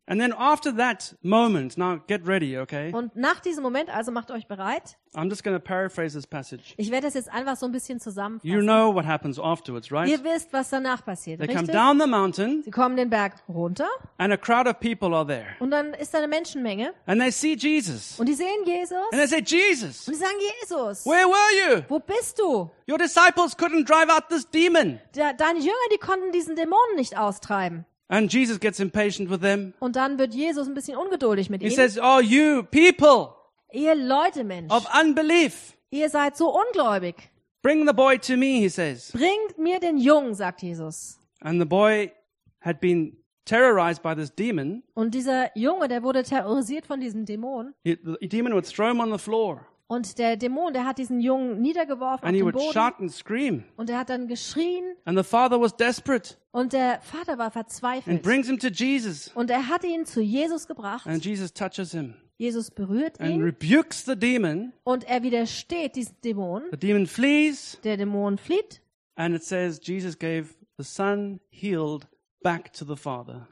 A: And then after that moment, now get ready, okay?
B: Und nach diesem Moment, also macht euch bereit.
A: I'm just going to paraphrase this passage.
B: Ich werde das jetzt einfach so ein bisschen
A: You
B: zusammenfassen.
A: know what happens afterwards, right?
B: Ihr wisst, was danach passiert,
A: They come
B: richtig?
A: down the mountain
B: Sie kommen den Berg runter
A: and a crowd of people are there
B: und dann ist da eine Menschenmenge
A: and they see Jesus
B: und die sehen Jesus
A: and they say, Jesus,
B: und die sagen, Jesus,
A: where were you?
B: wo bist du?
A: Your disciples couldn't drive out this demon.
B: Da- Deine Jünger, die konnten diesen Dämonen nicht austreiben.
A: And Jesus gets impatient with them.
B: Und dann wird Jesus ein bisschen ungeduldig mit
A: He
B: ihnen.
A: says, Oh, you people
B: Ihr Leute, Mensch,
A: of unbelief,
B: ihr seid so ungläubig.
A: bring the boy to me, he says.
B: Bringt mir den Jungen, sagt Jesus.
A: And the boy had been terrorized by this demon.
B: Und dieser Junge, der wurde terrorisiert von diesem Dämon.
A: He- The demon would throw him on the floor
B: Und der Dämon, der hat diesen Jungen niedergeworfen
A: and he
B: auf
A: would
B: den Boden.
A: shout and scream.
B: Und er hat dann geschrien.
A: And the father was desperate
B: Und der Vater war
A: and
B: verzweifelt.
A: brings him to Jesus.
B: Und er hat ihn zu Jesus gebracht.
A: And Jesus touches him
B: Jesus berührt
A: and
B: ihn
A: rebukes the demon.
B: und er widersteht diesem Dämon.
A: The demon flees,
B: Der Dämon flieht
A: and it says Jesus gave the son healed back to the father.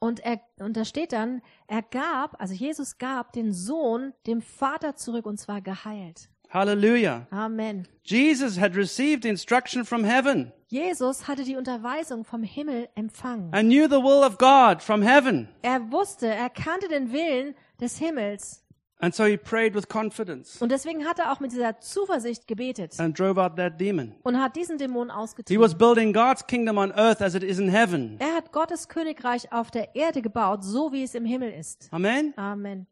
B: und, er, und da steht dann, er gab, also Jesus gab den Sohn dem Vater zurück und zwar geheilt.
A: Hallelujah.
B: Amen.
A: Jesus had received instruction from heaven
B: Jesus hatte die Unterweisung vom Himmel empfangen.
A: and knew the will of God from heaven.
B: Er wusste, er kannte den Willen des Himmels.
A: And so he prayed with confidence
B: Und deswegen hat er auch mit dieser Zuversicht gebetet
A: and drove out that demon.
B: und hat diesen Dämon
A: He was
B: ausgetrieben.
A: building God's kingdom on earth as it is in heaven.
B: Er hat Gottes Königreich auf der Erde gebaut, so wie es im Himmel ist.
A: Amen.
B: Amen.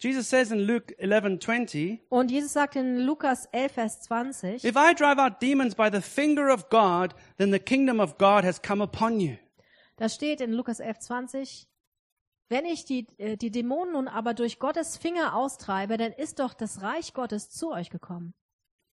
A: Jesus says in Luke 11:20,
B: Und Jesus sagt in Lukas 11, Vers 20,
A: "If I drive out demons by the finger of God, then the kingdom of God has come upon you."
B: da steht in Lukas 11, 20, wenn ich die, äh, die Dämonen nun aber durch Gottes Finger austreibe, dann ist doch das Reich Gottes zu euch gekommen.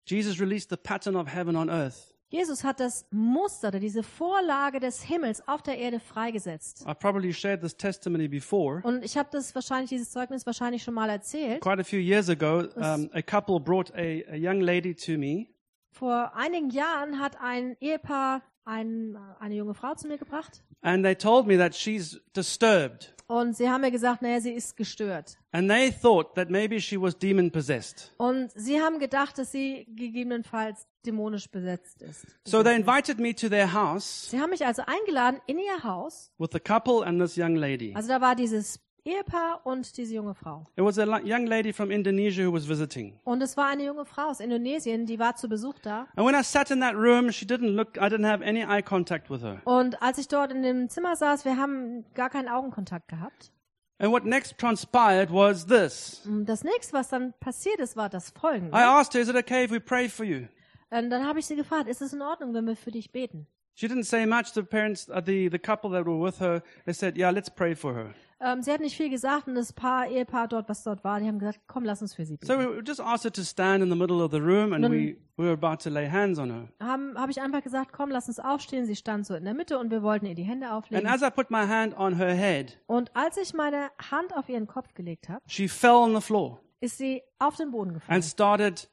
A: Jesus released the pattern of heaven on earth.
B: Jesus hat das Muster oder diese Vorlage des Himmels auf der Erde freigesetzt.
A: I've probably shared this testimony before.
B: Und ich habe das wahrscheinlich, dieses Zeugnis wahrscheinlich schon mal erzählt.
A: Quite a few years ago, um, a couple brought a, a young lady to me,
B: Vor einigen Jahren hat ein Ehepaar ein, eine junge Frau zu mir gebracht
A: and they told me that she's disturbed.
B: und sie haben mir gesagt, naja, sie ist gestört.
A: And they thought that maybe she was demon possessed.
B: Und sie haben gedacht, dass sie gegebenenfalls dämonisch besetzt ist.
A: So they invited me to their house
B: Sie haben mich also eingeladen in ihr Haus.
A: with the couple and this young lady.
B: Also da war dieses Ehepaar und diese junge Frau.
A: It was a li- young lady from Indonesia who was visiting.
B: Und es war eine junge Frau aus Indonesien, die war zu Besuch da.
A: And when I sat in that room, she didn't look, I didn't have any eye contact with her.
B: Und als ich dort in dem Zimmer saß, wir haben gar keinen Augenkontakt gehabt.
A: And what next transpired was this.
B: Und das nächste, was dann passiert ist, war das folgende.
A: I asked her, Is it okay if we pray for you?
B: Und dann habe ich sie gefragt, ist es in Ordnung, wenn wir für dich beten?
A: She didn't say much. The parents, uh, the, the couple that were with her, they said, Yeah, let's pray for her.
B: Ähm, sie hat nicht viel gesagt und das Paar, Ehepaar dort, was dort war, die haben gesagt, komm, lass uns für sie beten.
A: So we just asked her to stand in the middle of the room and we, we were about to lay hands on her.
B: Haben habe ich einfach gesagt, komm, lass uns aufstehen. Sie stand so in der Mitte und wir wollten ihr die Hände
A: And
B: auflegen.
A: as I put my hand on her head,
B: und als ich meine Hand auf ihren Kopf gelegt habe,
A: she fell on the floor
B: ist sie auf den Boden
A: and
B: gefallen
A: started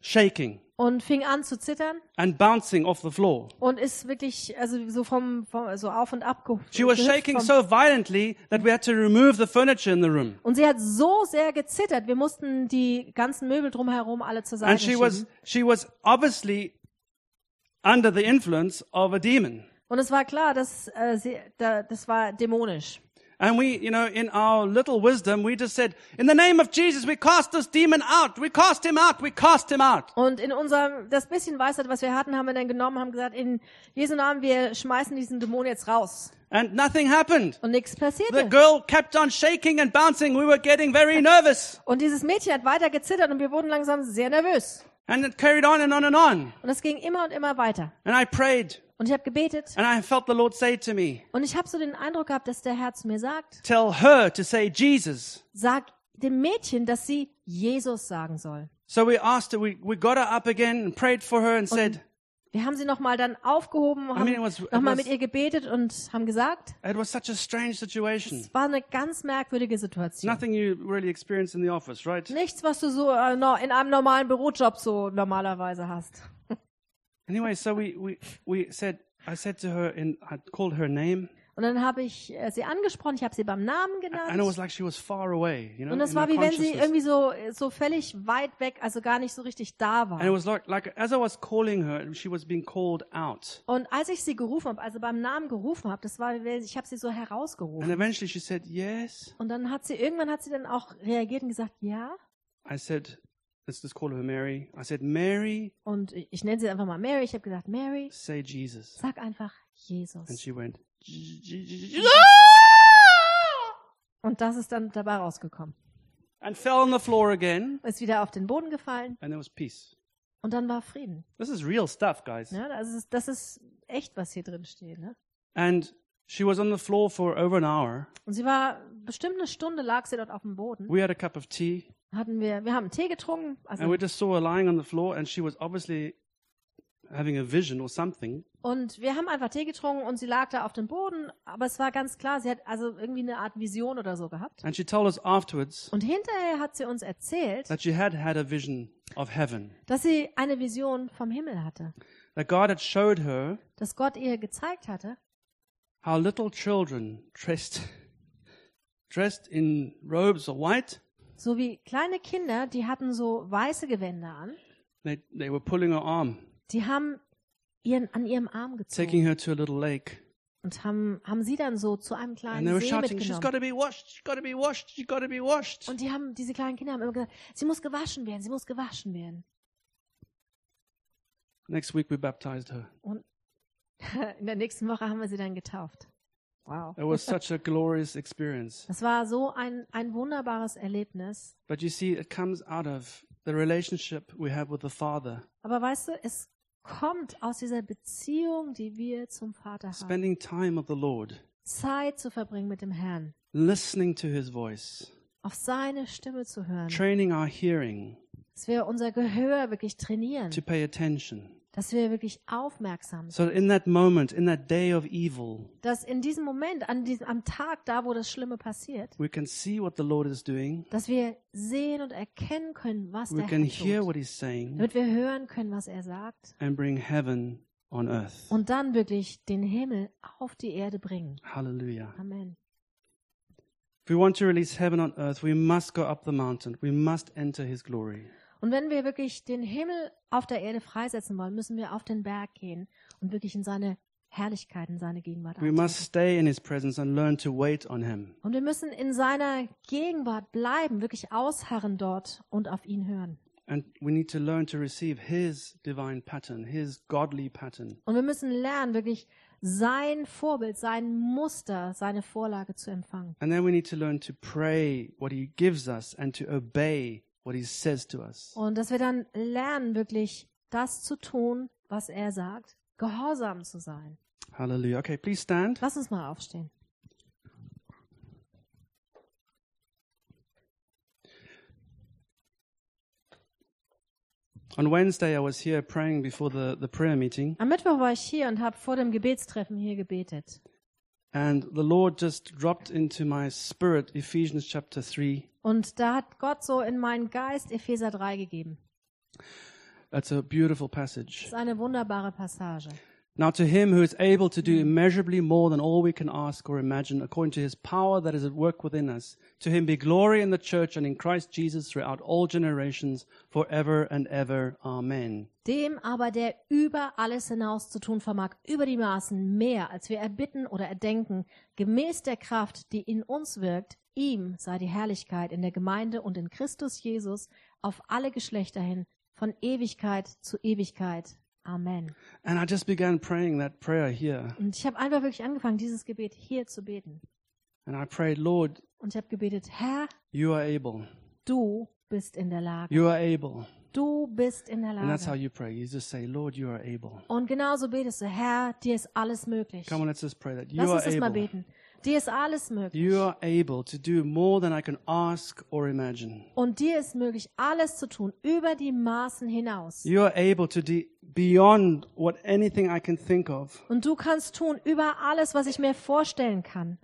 A: shaking
B: und fing an zu zittern
A: and bouncing off the floor.
B: und ist wirklich also so vom, vom so auf und ab ge
A: She was
B: gehüpft
A: shaking
B: vom-
A: so violently that we had to remove the furniture in the room.
B: Und sie hat so sehr gezittert, wir mussten die ganzen Möbel drumherum alle zur Seite
A: And she was
B: schieben.
A: she was obviously under the influence of a demon.
B: Und es war klar, dass äh, sie, da, das war dämonisch.
A: And we, you know, in our little wisdom, we just said, in the name of Jesus, we cast this demon out. We cast him out. We cast him out.
B: Und in unserem, das bisschen Weisheit, was wir hatten, haben wir dann genommen, haben gesagt, in Jesu Namen, wir schmeißen diesen Dämon jetzt raus.
A: And nothing happened.
B: Und nichts
A: The
B: passierte.
A: girl kept on shaking and bouncing. We were getting very nervous.
B: Und dieses Mädchen hat weiter gezittert und wir wurden langsam sehr nervös.
A: And it carried on and on and on.
B: Und es ging immer und immer weiter.
A: And I prayed
B: Und ich habe gebetet
A: and I felt the Lord say to me,
B: und ich habe so den Eindruck gehabt, dass der Herr zu mir sagt,
A: tell her to say Jesus.
B: sag dem Mädchen, dass sie Jesus sagen soll.
A: So we asked her, we, we got her up again and prayed for her and said,
B: Wir haben sie nochmal dann aufgehoben,
A: mean, it was-
B: haben
A: it
B: nochmal
A: was-
B: mit ihr gebetet und haben gesagt,
A: It was such a strange situation.
B: es war eine ganz merkwürdige Situation.
A: Nothing you really experience in the office, right?
B: Nichts, was du so äh, no- in einem normalen Bürojob so normalerweise hast.
A: Anyway, so we, we, we said, I said to her, and I called her name,
B: Und dann habe ich äh, sie angesprochen, ich habe sie beim Namen
A: and it was
B: genannt.
A: like she was far away, you know, ne?
B: Und
A: in
B: das
A: her
B: war wie wenn sie
A: consciousness.
B: irgendwie so, äh, so völlig weit weg, also gar nicht so richtig da
A: And it
B: war.
A: was like, like as I was calling her, she was being called out.
B: Und als ich sie gerufen habe, also beim Namen gerufen habe, das war, wie wenn- ich habe sie so
A: And
B: herausgerufen.
A: eventually she said, Yes.
B: Und dann hat sie, irgendwann hat sie dann auch reagiert und gesagt, ja.
A: I said, Let's just call her Mary. I said, Mary,
B: Und ich ich nenne sie einfach mal Mary. Ich habe gesagt, Mary,
A: say Jesus.
B: sag einfach
A: And
B: Jesus.
A: she went, "J- j- j- j-
B: Und das ist dann dabei rausgekommen.
A: and fell on the floor again,
B: Ist wieder auf den Boden gefallen
A: and there was peace.
B: und dann war Frieden.
A: This is real stuff, guys.
B: Ja, das, ist, das ist echt, was hier drin steht. Ne?
A: And she was on the floor for over an hour.
B: Und sie war, bestimmt eine Stunde lag sie dort auf dem Boden.
A: We had a cup of tea,
B: Hatten wir, wir haben Tee getrunken, also
A: and we just saw her lying on the floor, and she was obviously having a vision or something.
B: Und wir haben einfach Tee getrunken und sie lag da auf dem Boden, aber es war ganz klar, sie hat also irgendwie eine Art Vision oder so gehabt.
A: And she told us afterwards
B: Und hinterher hat sie uns erzählt,
A: that she had had a vision of heaven,
B: dass sie eine Vision vom Himmel hatte,
A: that God had showed her
B: dass Gott ihr gezeigt hatte,
A: how little children dressed, dressed in robes of white,
B: so wie kleine Kinder, die hatten so weiße Gewänder an,
A: they, they were pulling her arm,
B: die haben ihren an ihrem Arm
A: taking
B: gezogen
A: her to a little lake.
B: und haben, haben sie dann so zu einem
A: And
B: kleinen
A: they were
B: See
A: shouting, she's got
B: mitgenommen.
A: to be washed, she's got to be washed, she's got to be washed.
B: Und die haben, diese kleinen Kinder haben immer gesagt, sie muss gewaschen werden, sie muss gewaschen werden.
A: Next week we baptized her.
B: Und in der nächsten Woche haben wir sie dann getauft. Wow.
A: It was such a glorious experience.
B: Das war so ein, ein wunderbares Erlebnis.
A: But you see, it comes out of the relationship we have with the Father,
B: Aber weißt du, es kommt aus dieser Beziehung, die wir zum Vater haben.
A: spending time with the Lord,
B: Zeit zu verbringen mit dem Herrn,
A: listening to His voice,
B: auf seine Stimme zu hören,
A: training our hearing
B: dass wir unser Gehör wirklich trainieren,
A: to pay attention.
B: dass wir wirklich aufmerksam sind,
A: So in that moment, in that day of evil,
B: dass in diesem Moment, an diesem, am Tag da, wo das Schlimme passiert,
A: we can see what the Lord is doing,
B: dass wir sehen und erkennen können, was
A: we
B: der
A: can
B: Herr
A: hear
B: tut,
A: what He's saying,
B: damit wir hören können, was er sagt
A: and bring heaven on earth.
B: und dann wirklich den Himmel auf die Erde bringen.
A: Hallelujah.
B: Amen.
A: If we want to release heaven on earth, we must go up the mountain. We must enter his glory.
B: Und wenn wir wirklich den Himmel auf der Erde freisetzen wollen, müssen wir auf den Berg gehen und wirklich in seine Herrlichkeit, in seine Gegenwart
A: We
B: eintreten.
A: must stay in his presence and learn to wait on him.
B: Und wir müssen in seiner Gegenwart bleiben, wirklich ausharren dort und auf ihn hören.
A: And we need to learn to receive his divine pattern, his godly pattern.
B: Und wir müssen lernen, wirklich sein Vorbild, sein Muster, seine Vorlage zu empfangen.
A: And then we need to learn to pray what he gives us and to obey what he says to us.
B: Und dass wir dann lernen, wirklich das zu tun, was er sagt, gehorsam zu sein.
A: Hallelujah. Okay, please stand.
B: Lass uns mal aufstehen.
A: On Wednesday, I was here praying before the, the prayer meeting,
B: Am Mittwoch war ich hier und habe vor dem Gebetstreffen hier gebetet.
A: and the Lord just dropped into my spirit Ephesians chapter 3.
B: Und da hat Gott so in meinen Geist Epheser 3 gegeben.
A: That's a beautiful passage.
B: Das ist eine wunderbare Passage.
A: Now to him who is able to do immeasurably more than all we can ask or imagine, according to his power that is at work within us, to him be glory in the church and in Christ Jesus throughout all generations, forever and ever. Amen.
B: Dem aber, der über alles hinaus zu tun vermag, über die Maßen mehr, als wir erbitten oder erdenken, gemäß der Kraft, die in uns wirkt, ihm sei die Herrlichkeit in der Gemeinde und in Christus Jesus auf alle Geschlechter hin, von Ewigkeit zu Ewigkeit. Amen.
A: And I just began praying that prayer here.
B: Und ich habe einfach wirklich angefangen, dieses Gebet hier zu beten.
A: And I prayed, Lord,
B: Und ich habe gebetet, Herr,
A: you are able.
B: du bist in der Lage.
A: You are able.
B: Du bist in der
A: And that's how
B: Lage.
A: you pray. You just say, Lord, you are able.
B: Und genauso betest du, Herr, dir ist alles möglich.
A: Come on, let's just pray that. You
B: Lass
A: are
B: uns das mal
A: able.
B: beten. Dir ist alles möglich.
A: You are able to do more than I can ask or imagine.
B: Und dir ist möglich, alles zu tun, über die Maßen hinaus.
A: You are able to do beyond what anything I can think of.
B: Und du kannst tun, über alles, was ich mir vorstellen kann.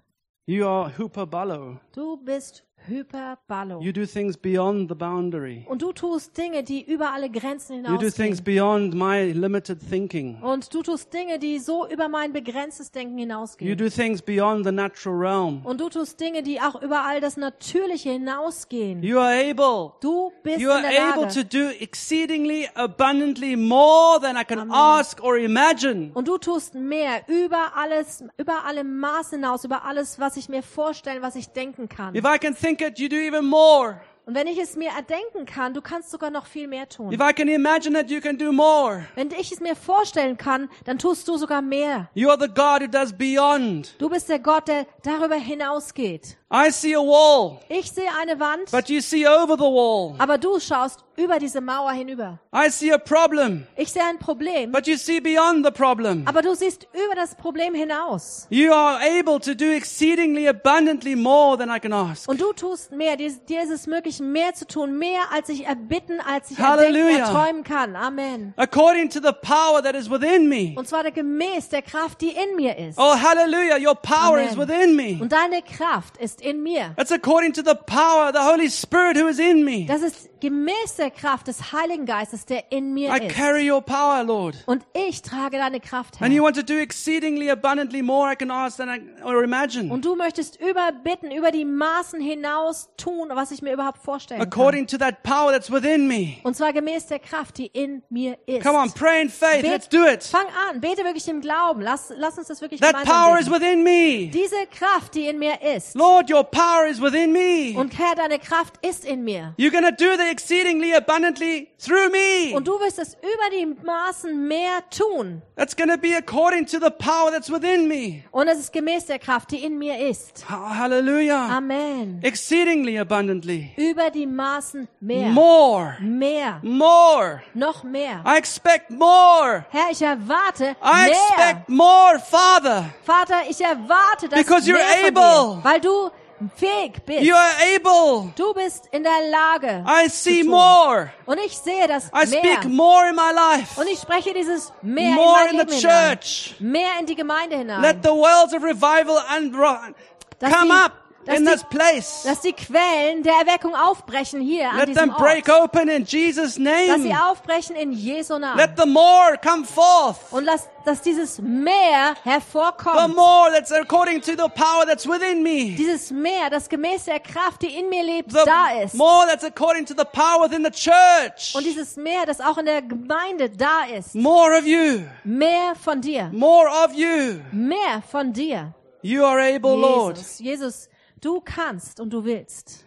A: You are hupabalo.
B: Du bist Hyperballo.
A: You do things beyond the boundary.
B: Und du tust Dinge, die über alle Grenzen
A: You do things
B: hinausgehen.
A: beyond my limited thinking.
B: Und du tust Dinge, die so über mein begrenztes Denken
A: You
B: hinausgehen.
A: do things beyond the natural realm.
B: Und du tust Dinge, die auch über all das Natürliche hinausgehen.
A: You are able.
B: Du bist in
A: You are
B: der
A: able to
B: Lage.
A: do exceedingly abundantly more than I can ask or imagine.
B: Und du tust mehr über alles, über alle Maß hinaus, über alles, was ich mir vorstellen, was ich denken kann.
A: If I can think it, you do even more.
B: Und wenn ich es mir erdenken kann, du kannst sogar noch viel mehr
A: If
B: tun.
A: I can imagine it, you can do more.
B: Wenn ich es mir vorstellen kann, dann tust du sogar mehr.
A: You are the God who does beyond.
B: Du bist der Gott, der darüber hinausgeht.
A: I see a wall,
B: Ich sehe eine Wand,
A: but you see over the wall.
B: aber du schaust über diese Mauer hinüber.
A: I see a problem,
B: Ich sehe ein Problem,
A: but you see beyond the problem.
B: aber du siehst über das Problem hinaus.
A: You are able to do exceedingly abundantly more than I can ask.
B: Und du tust mehr, dir, ist- dir ist es möglich, mehr zu tun, mehr als ich erbitten, als ich
A: Halleluja.
B: erdenken, erträumen kann. Amen.
A: According to the power that is within me.
B: Und zwar gemäß der Kraft, die in mir ist.
A: Oh, hallelujah. Your power is
B: Amen.
A: within me.
B: Und deine Kraft ist in mir.
A: That's according to the power of the Holy Spirit who is in me.
B: Das ist gemäß der Kraft des Heiligen Geistes, der in mir
A: I
B: ist.
A: carry your power, Lord.
B: Und ich trage deine Kraft
A: And you
B: her.
A: want to do exceedingly abundantly more I can ask than I or imagine.
B: Und du möchtest überbitten, über die Maßen hinaus tun, was ich mir überhaupt vorstellen kann.
A: According to that power that's within me.
B: Und zwar gemäß der Kraft, die in mir ist.
A: Come on, pray in faith.
B: Bet-
A: Let's do it.
B: Fang an, bete wirklich im Glauben. Lass, lass uns das wirklich
A: That
B: gemeinsam
A: power is
B: beten.
A: within me.
B: Diese Kraft, die in mir ist.
A: Lord, your power is within me.
B: Und Herr, deine Kraft ist in mir.
A: You're going to do the exceedingly abundantly through me.
B: Und du wirst es über die Maßen mehr tun.
A: That's going to be according to the power that's within me.
B: Und es ist gemäß der Kraft, die in mir ist.
A: Ha- Hallelujah.
B: Amen.
A: Exceedingly abundantly.
B: Über die Maßen mehr.
A: More.
B: Mehr.
A: More.
B: Noch mehr.
A: I expect more.
B: Herr, ich erwarte
A: I
B: mehr.
A: expect more, Father.
B: Vater, ich erwarte das
A: Because you're
B: mehr von
A: able.
B: dir, weil du fähig bist.
A: You are able.
B: du bist in der Lage.
A: I see
B: zu tun.
A: more.
B: Und ich sehe das
A: I
B: mehr.
A: speak more in my life.
B: Und ich spreche dieses mehr
A: More
B: in
A: in
B: mein
A: the
B: Leben hinein.
A: church.
B: Mehr in die Gemeinde hinein.
A: Let the wells of revival and ro-
B: Dass
A: come
B: die-
A: up
B: dass
A: in
B: die-
A: this place.
B: dass die Quellen der Erweckung aufbrechen hier an
A: Let
B: diesem
A: them
B: Ort.
A: break open in Jesus'
B: Dass sie
A: name.
B: aufbrechen in Jesu Namen.
A: Let the more come forth.
B: Und lass, dass dieses Meer
A: The
B: hervorkommt.
A: more that's according to the power that's within me.
B: Dieses Meer, das gemäß der Kraft, die in mir lebt, da
A: The
B: ist.
A: more that's according to the power within the church.
B: Und dieses Meer, das auch in der Gemeinde da ist.
A: More of you.
B: Mehr von dir.
A: More of you.
B: Mehr von dir.
A: You are able, Oh Lord.
B: Jesus, Jesus, du kannst und du willst.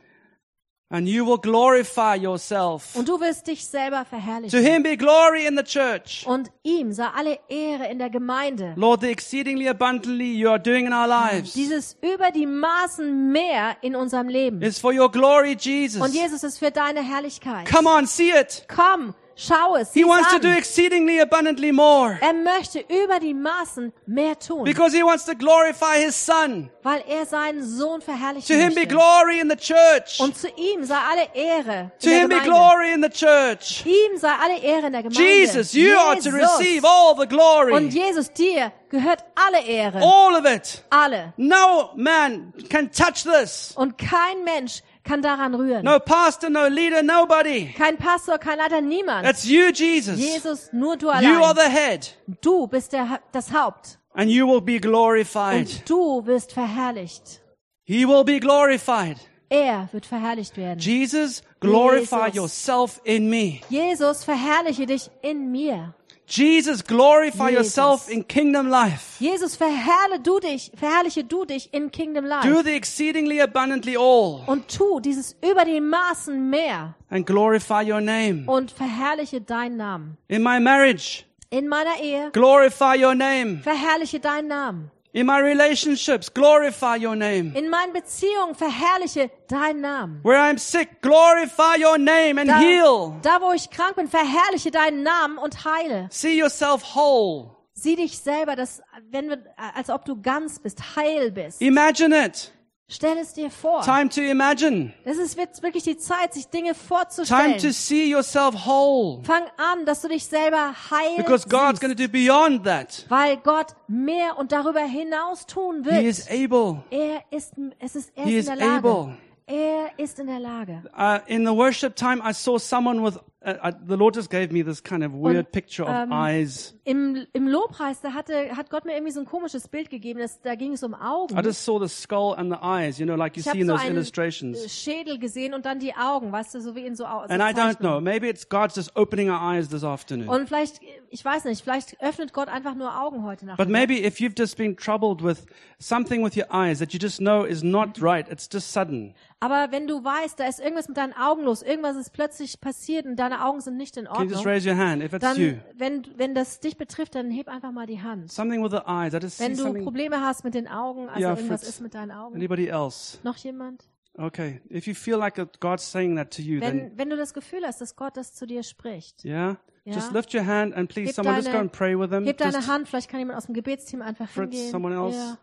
A: And you will glorify yourself.
B: Und du wirst dich selber
A: To
B: verherrlichen.
A: him be glory in the church.
B: Und ihm sei alle Ehre in der Gemeinde.
A: Lord, the exceedingly abundantly you are doing in our lives
B: Dieses über die Maßen mehr in unserem Leben.
A: is for your glory,
B: Und
A: Jesus.
B: Jesus ist für deine Herrlichkeit.
A: Come on, see it.
B: Komm, schau es.
A: He
B: sieh's
A: wants to do
B: an.
A: exceedingly abundantly more
B: Er möchte über die Maßen mehr tun,
A: because he wants to glorify his son.
B: weil er seinen Sohn
A: To
B: verherrlichen
A: him be
B: möchte.
A: glory in the church.
B: Und zu ihm sei alle Ehre
A: To
B: in der
A: him be
B: Gemeinde.
A: glory in the church.
B: Ihm sei alle Ehre in der Gemeinde.
A: Jesus, you are to
B: Jesus.
A: receive all the
B: Und
A: glory.
B: Jesus, dir gehört alle Ehre.
A: All of it.
B: Alle.
A: No man can touch this.
B: Und kein Mensch kann daran rühren.
A: No pastor, no leader, nobody.
B: Kein Pastor, kein Leiter, niemand.
A: That's you, Jesus.
B: Jesus, nur du
A: You are
B: allein.
A: the head,
B: Du bist der, Ha- das Haupt.
A: and you will be glorified.
B: Und du wirst verherrlicht.
A: He will be glorified.
B: Er wird verherrlicht werden.
A: Jesus, glorify
B: Jesus.
A: yourself in me.
B: Jesus, verherrliche dich in mir.
A: Jesus, glorify
B: Jesus.
A: yourself in kingdom life.
B: Jesus, verherrle du dich, verherrliche du dich in Kingdom
A: Do
B: Life.
A: the exceedingly abundantly all
B: Und tu dieses über die Maßen mehr
A: and glorify your name.
B: und verherrliche deinen Namen.
A: In my marriage,
B: In meiner Ehe,
A: glorify your name.
B: verherrliche deinen Namen.
A: In my relationships, glorify your name.
B: In meinen Beziehungen, verherrliche deinen Namen.
A: Where I'm sick, glorify your name and
B: Da,
A: heal.
B: da, wo ich krank bin, verherrliche deinen Namen und heile.
A: See yourself whole.
B: Sieh dich selber, dass, wenn wir, als ob du ganz bist, heil bist.
A: Imagine it.
B: Stell es dir vor.
A: Time to imagine.
B: Das ist wird wirklich die Zeit, sich Dinge
A: Time to
B: vorzustellen.
A: see yourself whole.
B: Fang an, dass du dich selber heil
A: Because God's
B: siehst,
A: going to do beyond that.
B: weil Gott mehr und darüber hinaus tun
A: He
B: wird.
A: is able.
B: Er ist, es ist er
A: He
B: ist in
A: is
B: der Lage.
A: able.
B: Er ist in der Lage.
A: Uh, in the worship time, I saw someone with. Uh, uh, the Lord just gave me this kind of weird
B: Und,
A: picture of
B: ähm,
A: eyes.
B: Im, Im Lobpreis, da hatte, hat Gott mir irgendwie so ein komisches Bild gegeben, das, da ging es um Augen.
A: I just saw the skull and the eyes, you know, like you
B: ich
A: see
B: habe
A: in
B: so
A: those
B: einen äh,
A: illustrations.
B: Schädel gesehen und dann die Augen, weißt du, so wie in so Au- so
A: And I don't
B: Zeichnungen.
A: know. Maybe it's God's just opening our eyes this afternoon.
B: Und vielleicht, ich weiß nicht, vielleicht öffnet Gott einfach nur Augen heute Nacht.
A: But maybe if you've just been troubled with something with your eyes that you just know is not right, it's just sudden.
B: Aber wenn du weißt, da ist irgendwas mit deinen Augen los, irgendwas ist plötzlich passiert und deine Augen sind nicht in
A: Can you just
B: Ordnung,
A: raise your hand if it's you?
B: dann, wenn, wenn das dich betrifft, dann heb einfach mal die Hand.
A: Something with the eyes. I just see
B: Wenn du
A: something.
B: Probleme hast mit den Augen, also
A: Ja,
B: irgendwas
A: Fritz.
B: ist mit deinen Augen.
A: Anybody else?
B: Noch jemand?
A: Okay, if you feel like that God's saying that to you, then
B: Wenn, wenn du das Gefühl hast, dass Gott das zu dir spricht,
A: yeah, just
B: Ja.
A: lift your hand and please,
B: Heb
A: someone just
B: deine-
A: go and pray with them.
B: heb deine
A: Just
B: Hand, vielleicht kann jemand aus dem Gebetsteam einfach
A: Fritz,
B: hingehen.
A: someone else?
B: Ja.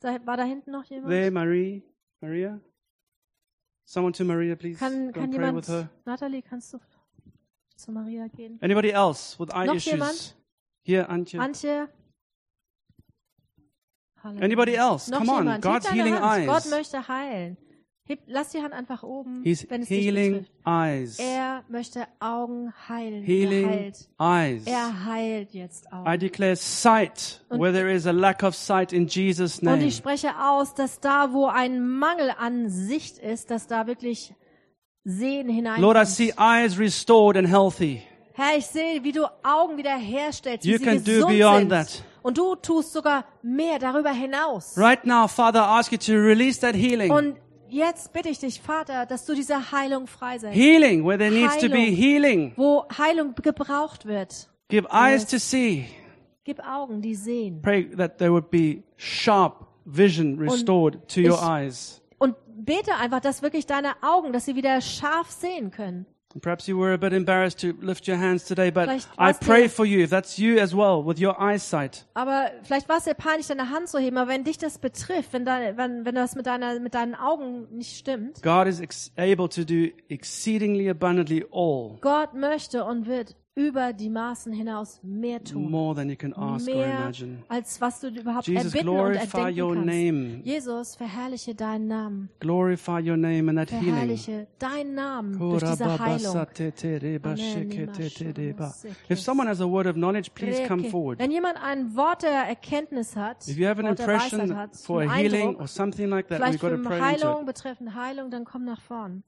B: Da, war da hinten noch jemand?
A: there, Marie, Maria. Someone to Maria, please.
B: kann
A: go
B: kann
A: and pray with her.
B: jemand, Natalie, kannst du zu Maria gehen?
A: Anybody else with eye
B: Noch
A: issues?
B: jemand?
A: Here, Antje.
B: Antje? Halleluja.
A: Anybody else?
B: Noch
A: Come on,
B: jemand?
A: God's
B: heb deine
A: healing
B: Hand.
A: eyes.
B: Gott möchte heilen. Heb, lass die Hand einfach oben,
A: He's
B: wenn es dich
A: healing
B: betrifft.
A: eyes.
B: Er möchte Augen heilen. er
A: Healing
B: heilt.
A: eyes.
B: Er heilt jetzt Augen.
A: I declare sight
B: Und-
A: where there is a lack of sight in Jesus'
B: Und
A: name.
B: ich spreche aus, dass da, wo ein Mangel an Sicht ist, dass da wirklich Sehen hineinkommt.
A: Lord, I see eyes restored and healthy.
B: Herr, ich sehe, wie du Augen wiederherstellst,
A: You
B: wie sie
A: can do
B: gesund
A: beyond
B: sind.
A: that.
B: Und du tust sogar mehr darüber hinaus.
A: Right now, Father, I ask you to release that healing.
B: Und jetzt bitte ich dich, Vater, dass du diese Heilung freisetzt,
A: healing where there needs to be
B: Heilung.
A: healing.
B: wo Heilung gebraucht wird.
A: Give eyes to see.
B: Gib Augen, die sehen.
A: Pray that there would be sharp vision restored to your
B: ich-
A: eyes.
B: Und bete einfach, dass wirklich deine Augen, dass sie wieder scharf sehen können.
A: And Perhaps you were a bit embarrassed to lift your hands today, but
B: Vielleicht
A: I
B: warst du-
A: pray for you, if that's you as well, with your eyesight.
B: Aber vielleicht war es dir peinlich, deine Hand zu heben, aber wenn dich das betrifft, wenn, dein, wenn, wenn das mit, deiner, mit deinen Augen nicht stimmt,
A: God is ex- able to do exceedingly abundantly all,
B: Gott möchte und wird über die Maßen hinaus mehr tun.
A: more than you can ask or
B: Mehr
A: imagine.
B: als was du überhaupt
A: Jesus,
B: erbitten und
A: glorify
B: erdenken
A: your
B: kannst.
A: name.
B: Jesus, verherrliche deinen Namen.
A: Glorify your name and that healing. Oh,
B: Verherrliche deinen Namen durch diese Heilung.
A: If someone has a word of knowledge, please come
B: Reke.
A: forward.
B: Wenn jemand ein Wort der Erkenntnis hat,
A: If you have an
B: Wort der Weisheit
A: impression
B: hat,
A: for
B: einen
A: a healing or
B: Eindruck,
A: something like that, we've
B: vielleicht
A: got to
B: für
A: pray into
B: Heilung,
A: it.
B: betreffend Heilung, dann komm nach vorn.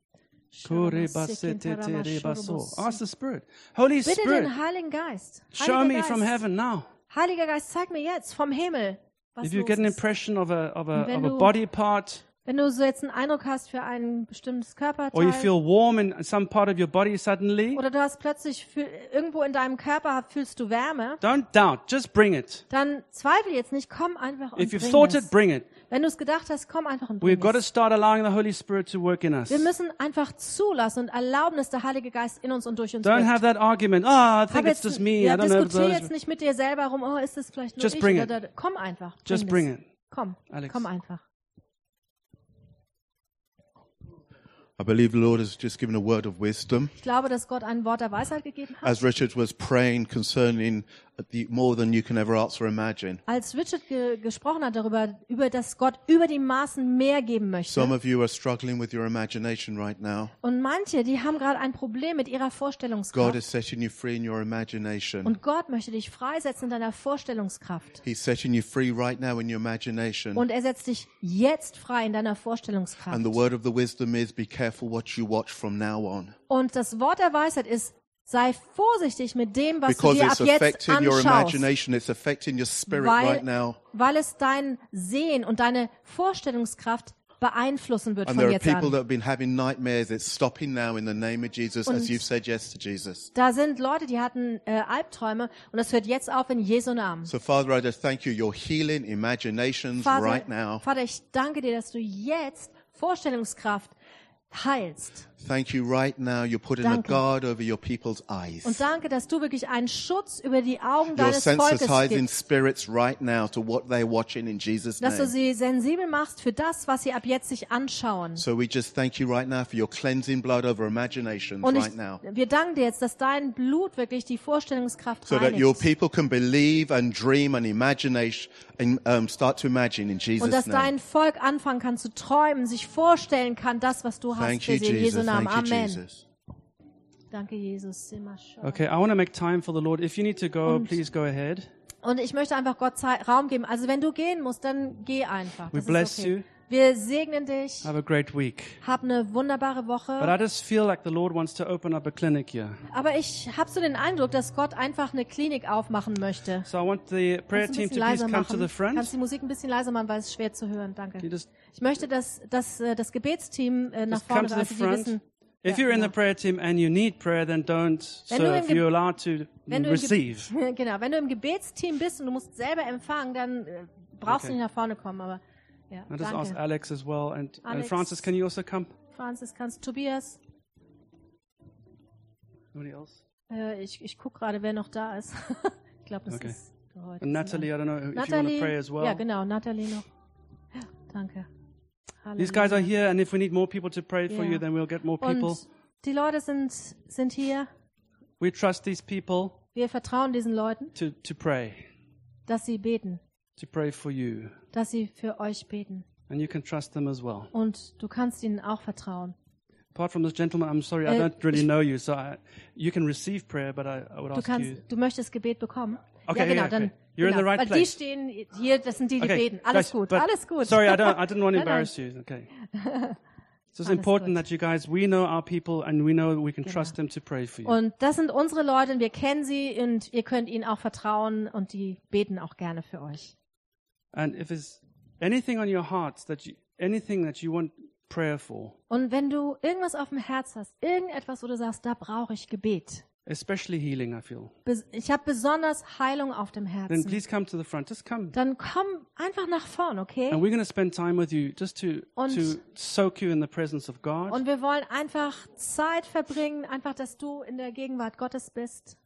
A: Korebaseteterebaso. Ask the Spirit. Holy
B: Bitte
A: Ah, Spirit,
B: den Heiligen Geist.
A: show
B: Heiliger
A: me
B: Geist.
A: from heaven now.
B: Heiliger Geist, zeig mir jetzt vom Himmel, was
A: If you
B: los
A: get an
B: ist.
A: impression of a, of a,
B: Und wenn
A: of a
B: du-
A: body part,
B: Wenn du so jetzt einen Eindruck hast für ein
A: or
B: bestimmtes
A: you
B: Körperteil
A: feel warm in some part of your body suddenly,
B: oder du hast plötzlich fühl- irgendwo in deinem Körper fühlst du Wärme,
A: don't doubt. Just bring it.
B: dann zweifel jetzt nicht, komm einfach und
A: If you've
B: bring
A: thought
B: es.
A: it, bring it.
B: Wenn du es gedacht hast, komm einfach und
A: We've
B: bring
A: got to
B: es.
A: start allowing the Holy Spirit to work in us.
B: Wir müssen einfach zulassen und erlauben, dass der Heilige Geist in uns und durch uns
A: Don't
B: wirkt.
A: have that argument. Ah, I
B: Hab
A: think it's
B: jetzt,
A: just me. I
B: ja,
A: don't know if
B: diskutiere
A: those.
B: jetzt nicht mit dir selber rum, oh, ist das vielleicht nur
A: Just
B: ich?
A: bring
B: oder, da- komm einfach. Bring
A: Just bring
B: es.
A: it.
B: Komm,
A: Alex.
B: komm einfach.
C: I believe the Lord has just given a word of wisdom.
B: Ich glaube, dass Gott ein Wort der Weisheit gegeben hat.
C: As Richard was praying concerning the more than you can ever ask or imagine.
B: Als Richard ge gesprochen hat darüber, über dass Gott über die Maßen mehr geben möchte.
C: Some of you are struggling with your imagination right now.
B: Und manche, die haben gerade ein Problem mit ihrer
C: God
B: Vorstellungskraft.
C: is setting you free in your imagination.
B: Und Gott möchte dich freisetzen in deiner Vorstellungskraft.
C: He's setting you free right now in your imagination.
B: Und er setzt dich jetzt frei in deiner Vorstellungskraft.
C: And the word of the wisdom is be careful what you watch from now on.
B: Und das Wort der Weisheit ist, sei vorsichtig mit dem, was du
C: Because
B: dir
C: it's
B: ab jetzt
C: affecting your
B: anschaust.
C: imagination, it's affecting your spirit right
B: Weil,
C: now.
B: weil es dein Sehen und deine Vorstellungskraft beeinflussen wird
C: And
B: von
C: there are
B: jetzt
C: people
B: an.
C: that have been having nightmares. It's stopping now in the name of Jesus as
B: Und-
C: you've said yes to Jesus.
B: Da sind Leute, die hatten äh, Albträume und das hört jetzt auf in Jesu Namen.
C: So, Father, I just thank you. You're healing imaginations
B: Vater,
C: right now.
B: Vater, ich danke dir, dass du jetzt Vorstellungskraft heilst.
C: Thank you right now. You're putting
B: Danke.
C: a guard over your people's eyes.
B: Und danke, dass du wirklich einen Schutz über die Augen
C: You're
B: deines Volkes
C: sensitizing
B: gibst.
C: spirits right now to what they're watching in Jesus'
B: Dass du
C: name.
B: sie sensibel machst für das, was sie ab jetzt sich anschauen.
C: So we just thank you right now for your cleansing blood over imaginations
B: Und ich,
C: right now.
B: wir danken dir jetzt, dass dein Blut wirklich die Vorstellungskraft
C: So that your
B: reinigt.
C: people can believe and dream and imagination and um, start to imagine in
B: Und
C: Jesus'
B: dass
C: name.
B: dein Volk anfangen kann zu träumen, sich vorstellen kann, das, was du hast
C: Thank
B: für
C: you,
B: sie in Jesu
C: Jesus.
B: Namen.
C: Thank you,
B: Amen.
C: Jesus.
B: Danke, Jesus. Sema Shah.
A: Okay, I want to make time for the Lord. If you need to go,
B: Mm.
A: please go ahead.
B: Und ich möchte einfach Gott Zeit, Raum geben. Also wenn du gehen musst, dann geh einfach.
A: We
B: Das
A: bless
B: ist okay.
A: you.
B: Wir segnen dich.
A: Have a great week.
B: Hab eine wunderbare
A: But
B: Woche.
A: I just feel like the Lord wants to open up a clinic here.
B: Aber ich habe so den Eindruck, dass Gott einfach eine Klinik aufmachen möchte.
A: So I want the prayer
B: Kannst du
A: team
B: ein bisschen
A: to please
B: leiser
A: come to the
B: machen?
A: front.
B: Kannst die Musik ein bisschen leiser machen, weil es ist schwer zu hören.
A: You
B: Danke.
A: just,
B: Ich möchte, dass, dass äh, das Gebetsteam äh, nach
A: just come
B: vorne
A: to
B: geht.
A: the
B: Also die
A: front.
B: wissen,
A: If
B: Ja,
A: you're in the
B: genau.
A: prayer team and you need prayer, then don't
B: Wenn du im
A: serve.
B: Ge-
A: You're allowed to
B: wenn du, im Ge-
A: receive.
B: genau, wenn du im Gebetsteam bist und du musst selber empfangen, dann äh, brauchst
A: Okay.
B: du nicht nach vorne kommen. Aber Ja,
A: I just ask
B: danke.
A: Alex as well. And, and
B: Alex.
A: Francis, can you also come?
B: Franzis, kannst Tobias?
A: Nobody else?
B: Äh, ich ich gucke gerade, wer noch da ist. ich glaube, das
A: Okay.
B: ist für heute. ne?
A: And Natalie, I don't know if you want to
B: Natalie.
A: pray as well.
B: Ja, genau, Natalie noch. Ja, Danke.
A: These guys are
B: Halleluja.
A: here, and if we need more people to pray for
B: Yeah.
A: you, then we'll get more people.
B: Und die Leute sind, sind hier.
A: we trust these people
B: Wir vertrauen diesen Leuten,
A: to, to pray,
B: dass sie beten,
A: to pray for you.
B: dass sie für euch beten.
A: And you can trust them as well.
B: Und du kannst ihnen auch vertrauen.
A: Apart from this gentleman, I'm sorry, I
B: Äh,
A: don't really
B: ich-
A: know you, so I, you can receive prayer, but I, I would
B: Du
A: ask you.
B: kannst, du möchtest Gebet bekommen.
A: Okay,
B: ja, genau,
A: yeah, okay.
B: dann.
A: You're in
B: genau,
A: the right
B: weil die
A: place.
B: stehen hier, das sind die, die
A: Okay,
B: beten. Alles
A: guys,
B: gut,
A: but-
B: alles gut.
A: Sorry, I don't. I didn't want to
B: Nein, nein.
A: embarrass you. Okay. It's just
B: Alles
A: important
B: gut.
A: that you guys, we know our people, and we know we can trust them to pray for you.
B: Und das sind unsere Leute und wir kennen sie und ihr könnt ihnen auch vertrauen und die beten auch gerne für euch.
A: and if there's anything on your hearts that you, anything that you want prayer for,
B: Und wenn du irgendwas auf dem Herz hast, irgendetwas, wo du sagst, da brauche ich Gebet.
A: especially healing, I feel,
B: Bes- Ich habe besonders Heilung auf dem
A: then
B: Herzen.
A: please come to the front. Just come,
B: Dann komm einfach nach vorn,
A: and
B: okay?
A: we're going to spend time with you just to
B: Und-
A: to soak you in the presence of God.
B: Und wir wollen einfach Zeit verbringen, einfach, dass du in der Gegenwart Gottes bist.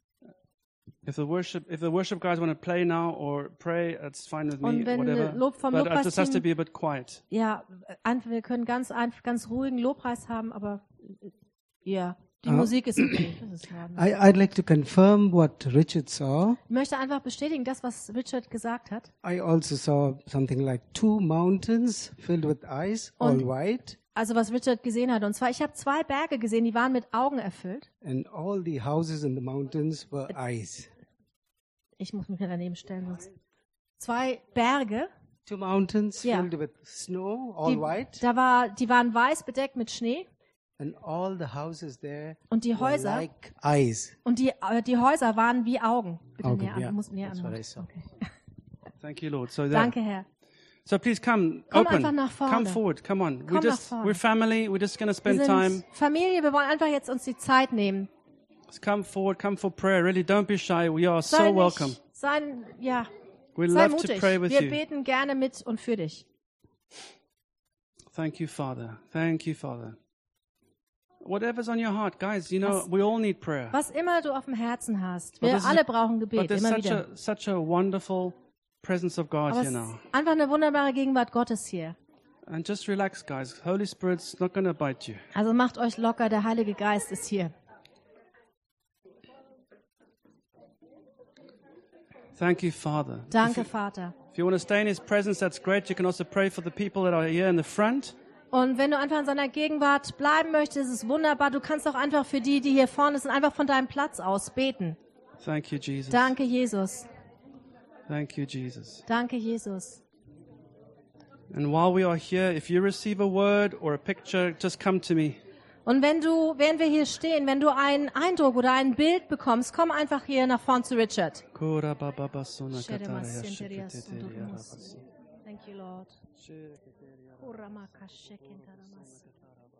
A: if the worship, if the worship guys want to play now or pray, that's fine with me.
B: Und wenn, äh,
A: Whatever.
B: Lob vom
A: but it just has to
B: Lobpreisteam-
A: be a bit quiet.
B: Ja, einfach, wir können ganz einfach, ganz ruhigen Lobpreis haben, aber äh, ja, die
D: Ah.
B: Musik ist okay. Das ist in Ordnung.
D: I, I'd like to confirm what Richard saw.
B: Ich möchte einfach bestätigen, das, was Richard gesagt hat.
D: I also saw something like two mountains filled with ice, all
B: Und-
D: white,
B: Also was Richard gesehen hat. Und zwar, ich habe zwei Berge gesehen, die waren mit Augen erfüllt.
D: and all the houses in the mountains were ice.
B: Ich muss mich mir daneben stellen. Sonst. Zwei Berge,
D: Two mountains
B: Yeah.
D: filled with snow, all
B: die,
D: white,
B: da war, die waren weiß bedeckt mit Schnee
D: and all the houses there
B: und die
D: were
B: Häuser
D: like ice.
B: und die, äh, die Häuser waren wie Augen. Bitte
D: Augen,
B: näher an,
D: ja.
B: du musst näher
D: Das
B: an.
D: war das so.
B: Okay.
A: Thank you, Lord. So there.
B: Danke, Herr.
A: So please come,
B: Komm
A: open,
B: einfach nach vorne.
A: come forward, come on.
B: Komm nach
A: we just,
B: vorne.
A: we're family. We're just going to
B: Wir
A: spend time.
B: sind Familie, wir wollen einfach jetzt uns die Zeit nehmen.
A: Just come forward, come for prayer. Really, don't be shy. We are
B: Sei
A: so
B: nicht-
A: welcome.
B: Sei, ja,
A: We
B: sei
A: love to
B: mutig.
A: pray with
B: Wir
A: you.
B: beten gerne mit und für dich.
A: Thank you, Father. Thank you, Father. Whatever's on your heart, guys. You know
B: Was-
A: we all need prayer.
B: Was immer du auf dem Herzen hast.
A: But
B: Wir
A: this is-
B: alle brauchen Gebet,
A: But there's
B: immer
A: such
B: wieder.
A: a such a wonderful presence of God
B: Aber es
A: here
B: ist
A: now.
B: einfach eine wunderbare Gegenwart Gottes hier.
A: And just relax, guys. Holy Spirit's not going to bite you.
B: Also macht euch locker, der Heilige Geist ist hier.
A: Thank you, Father.
B: Danke, Vater.
A: If you want to stay in His presence, that's great. You can also pray for the people that are here in the front.
B: Und wenn du einfach in seiner Gegenwart bleiben möchtest, ist es wunderbar. Du kannst auch einfach für die, die hier vorne sind, einfach von deinem Platz aus beten.
A: Thank you, Jesus.
B: Danke, Jesus.
A: Thank you, Jesus.
B: Danke, Jesus.
A: And while we are here, if you receive a word or a picture, just come to me.
B: Und wenn du, während wir hier stehen, wenn du einen Eindruck oder ein Bild bekommst, komm einfach hier nach vorn zu Richard.
A: Kora ba ba ba sona
B: Shere
A: katara
B: mas
A: ya
B: senterias
A: shekete
B: und
A: teria
B: rumus.
A: rabasi.
B: Thank you, Lord.
A: Shere keteri
B: Uramakash shekintaramasu.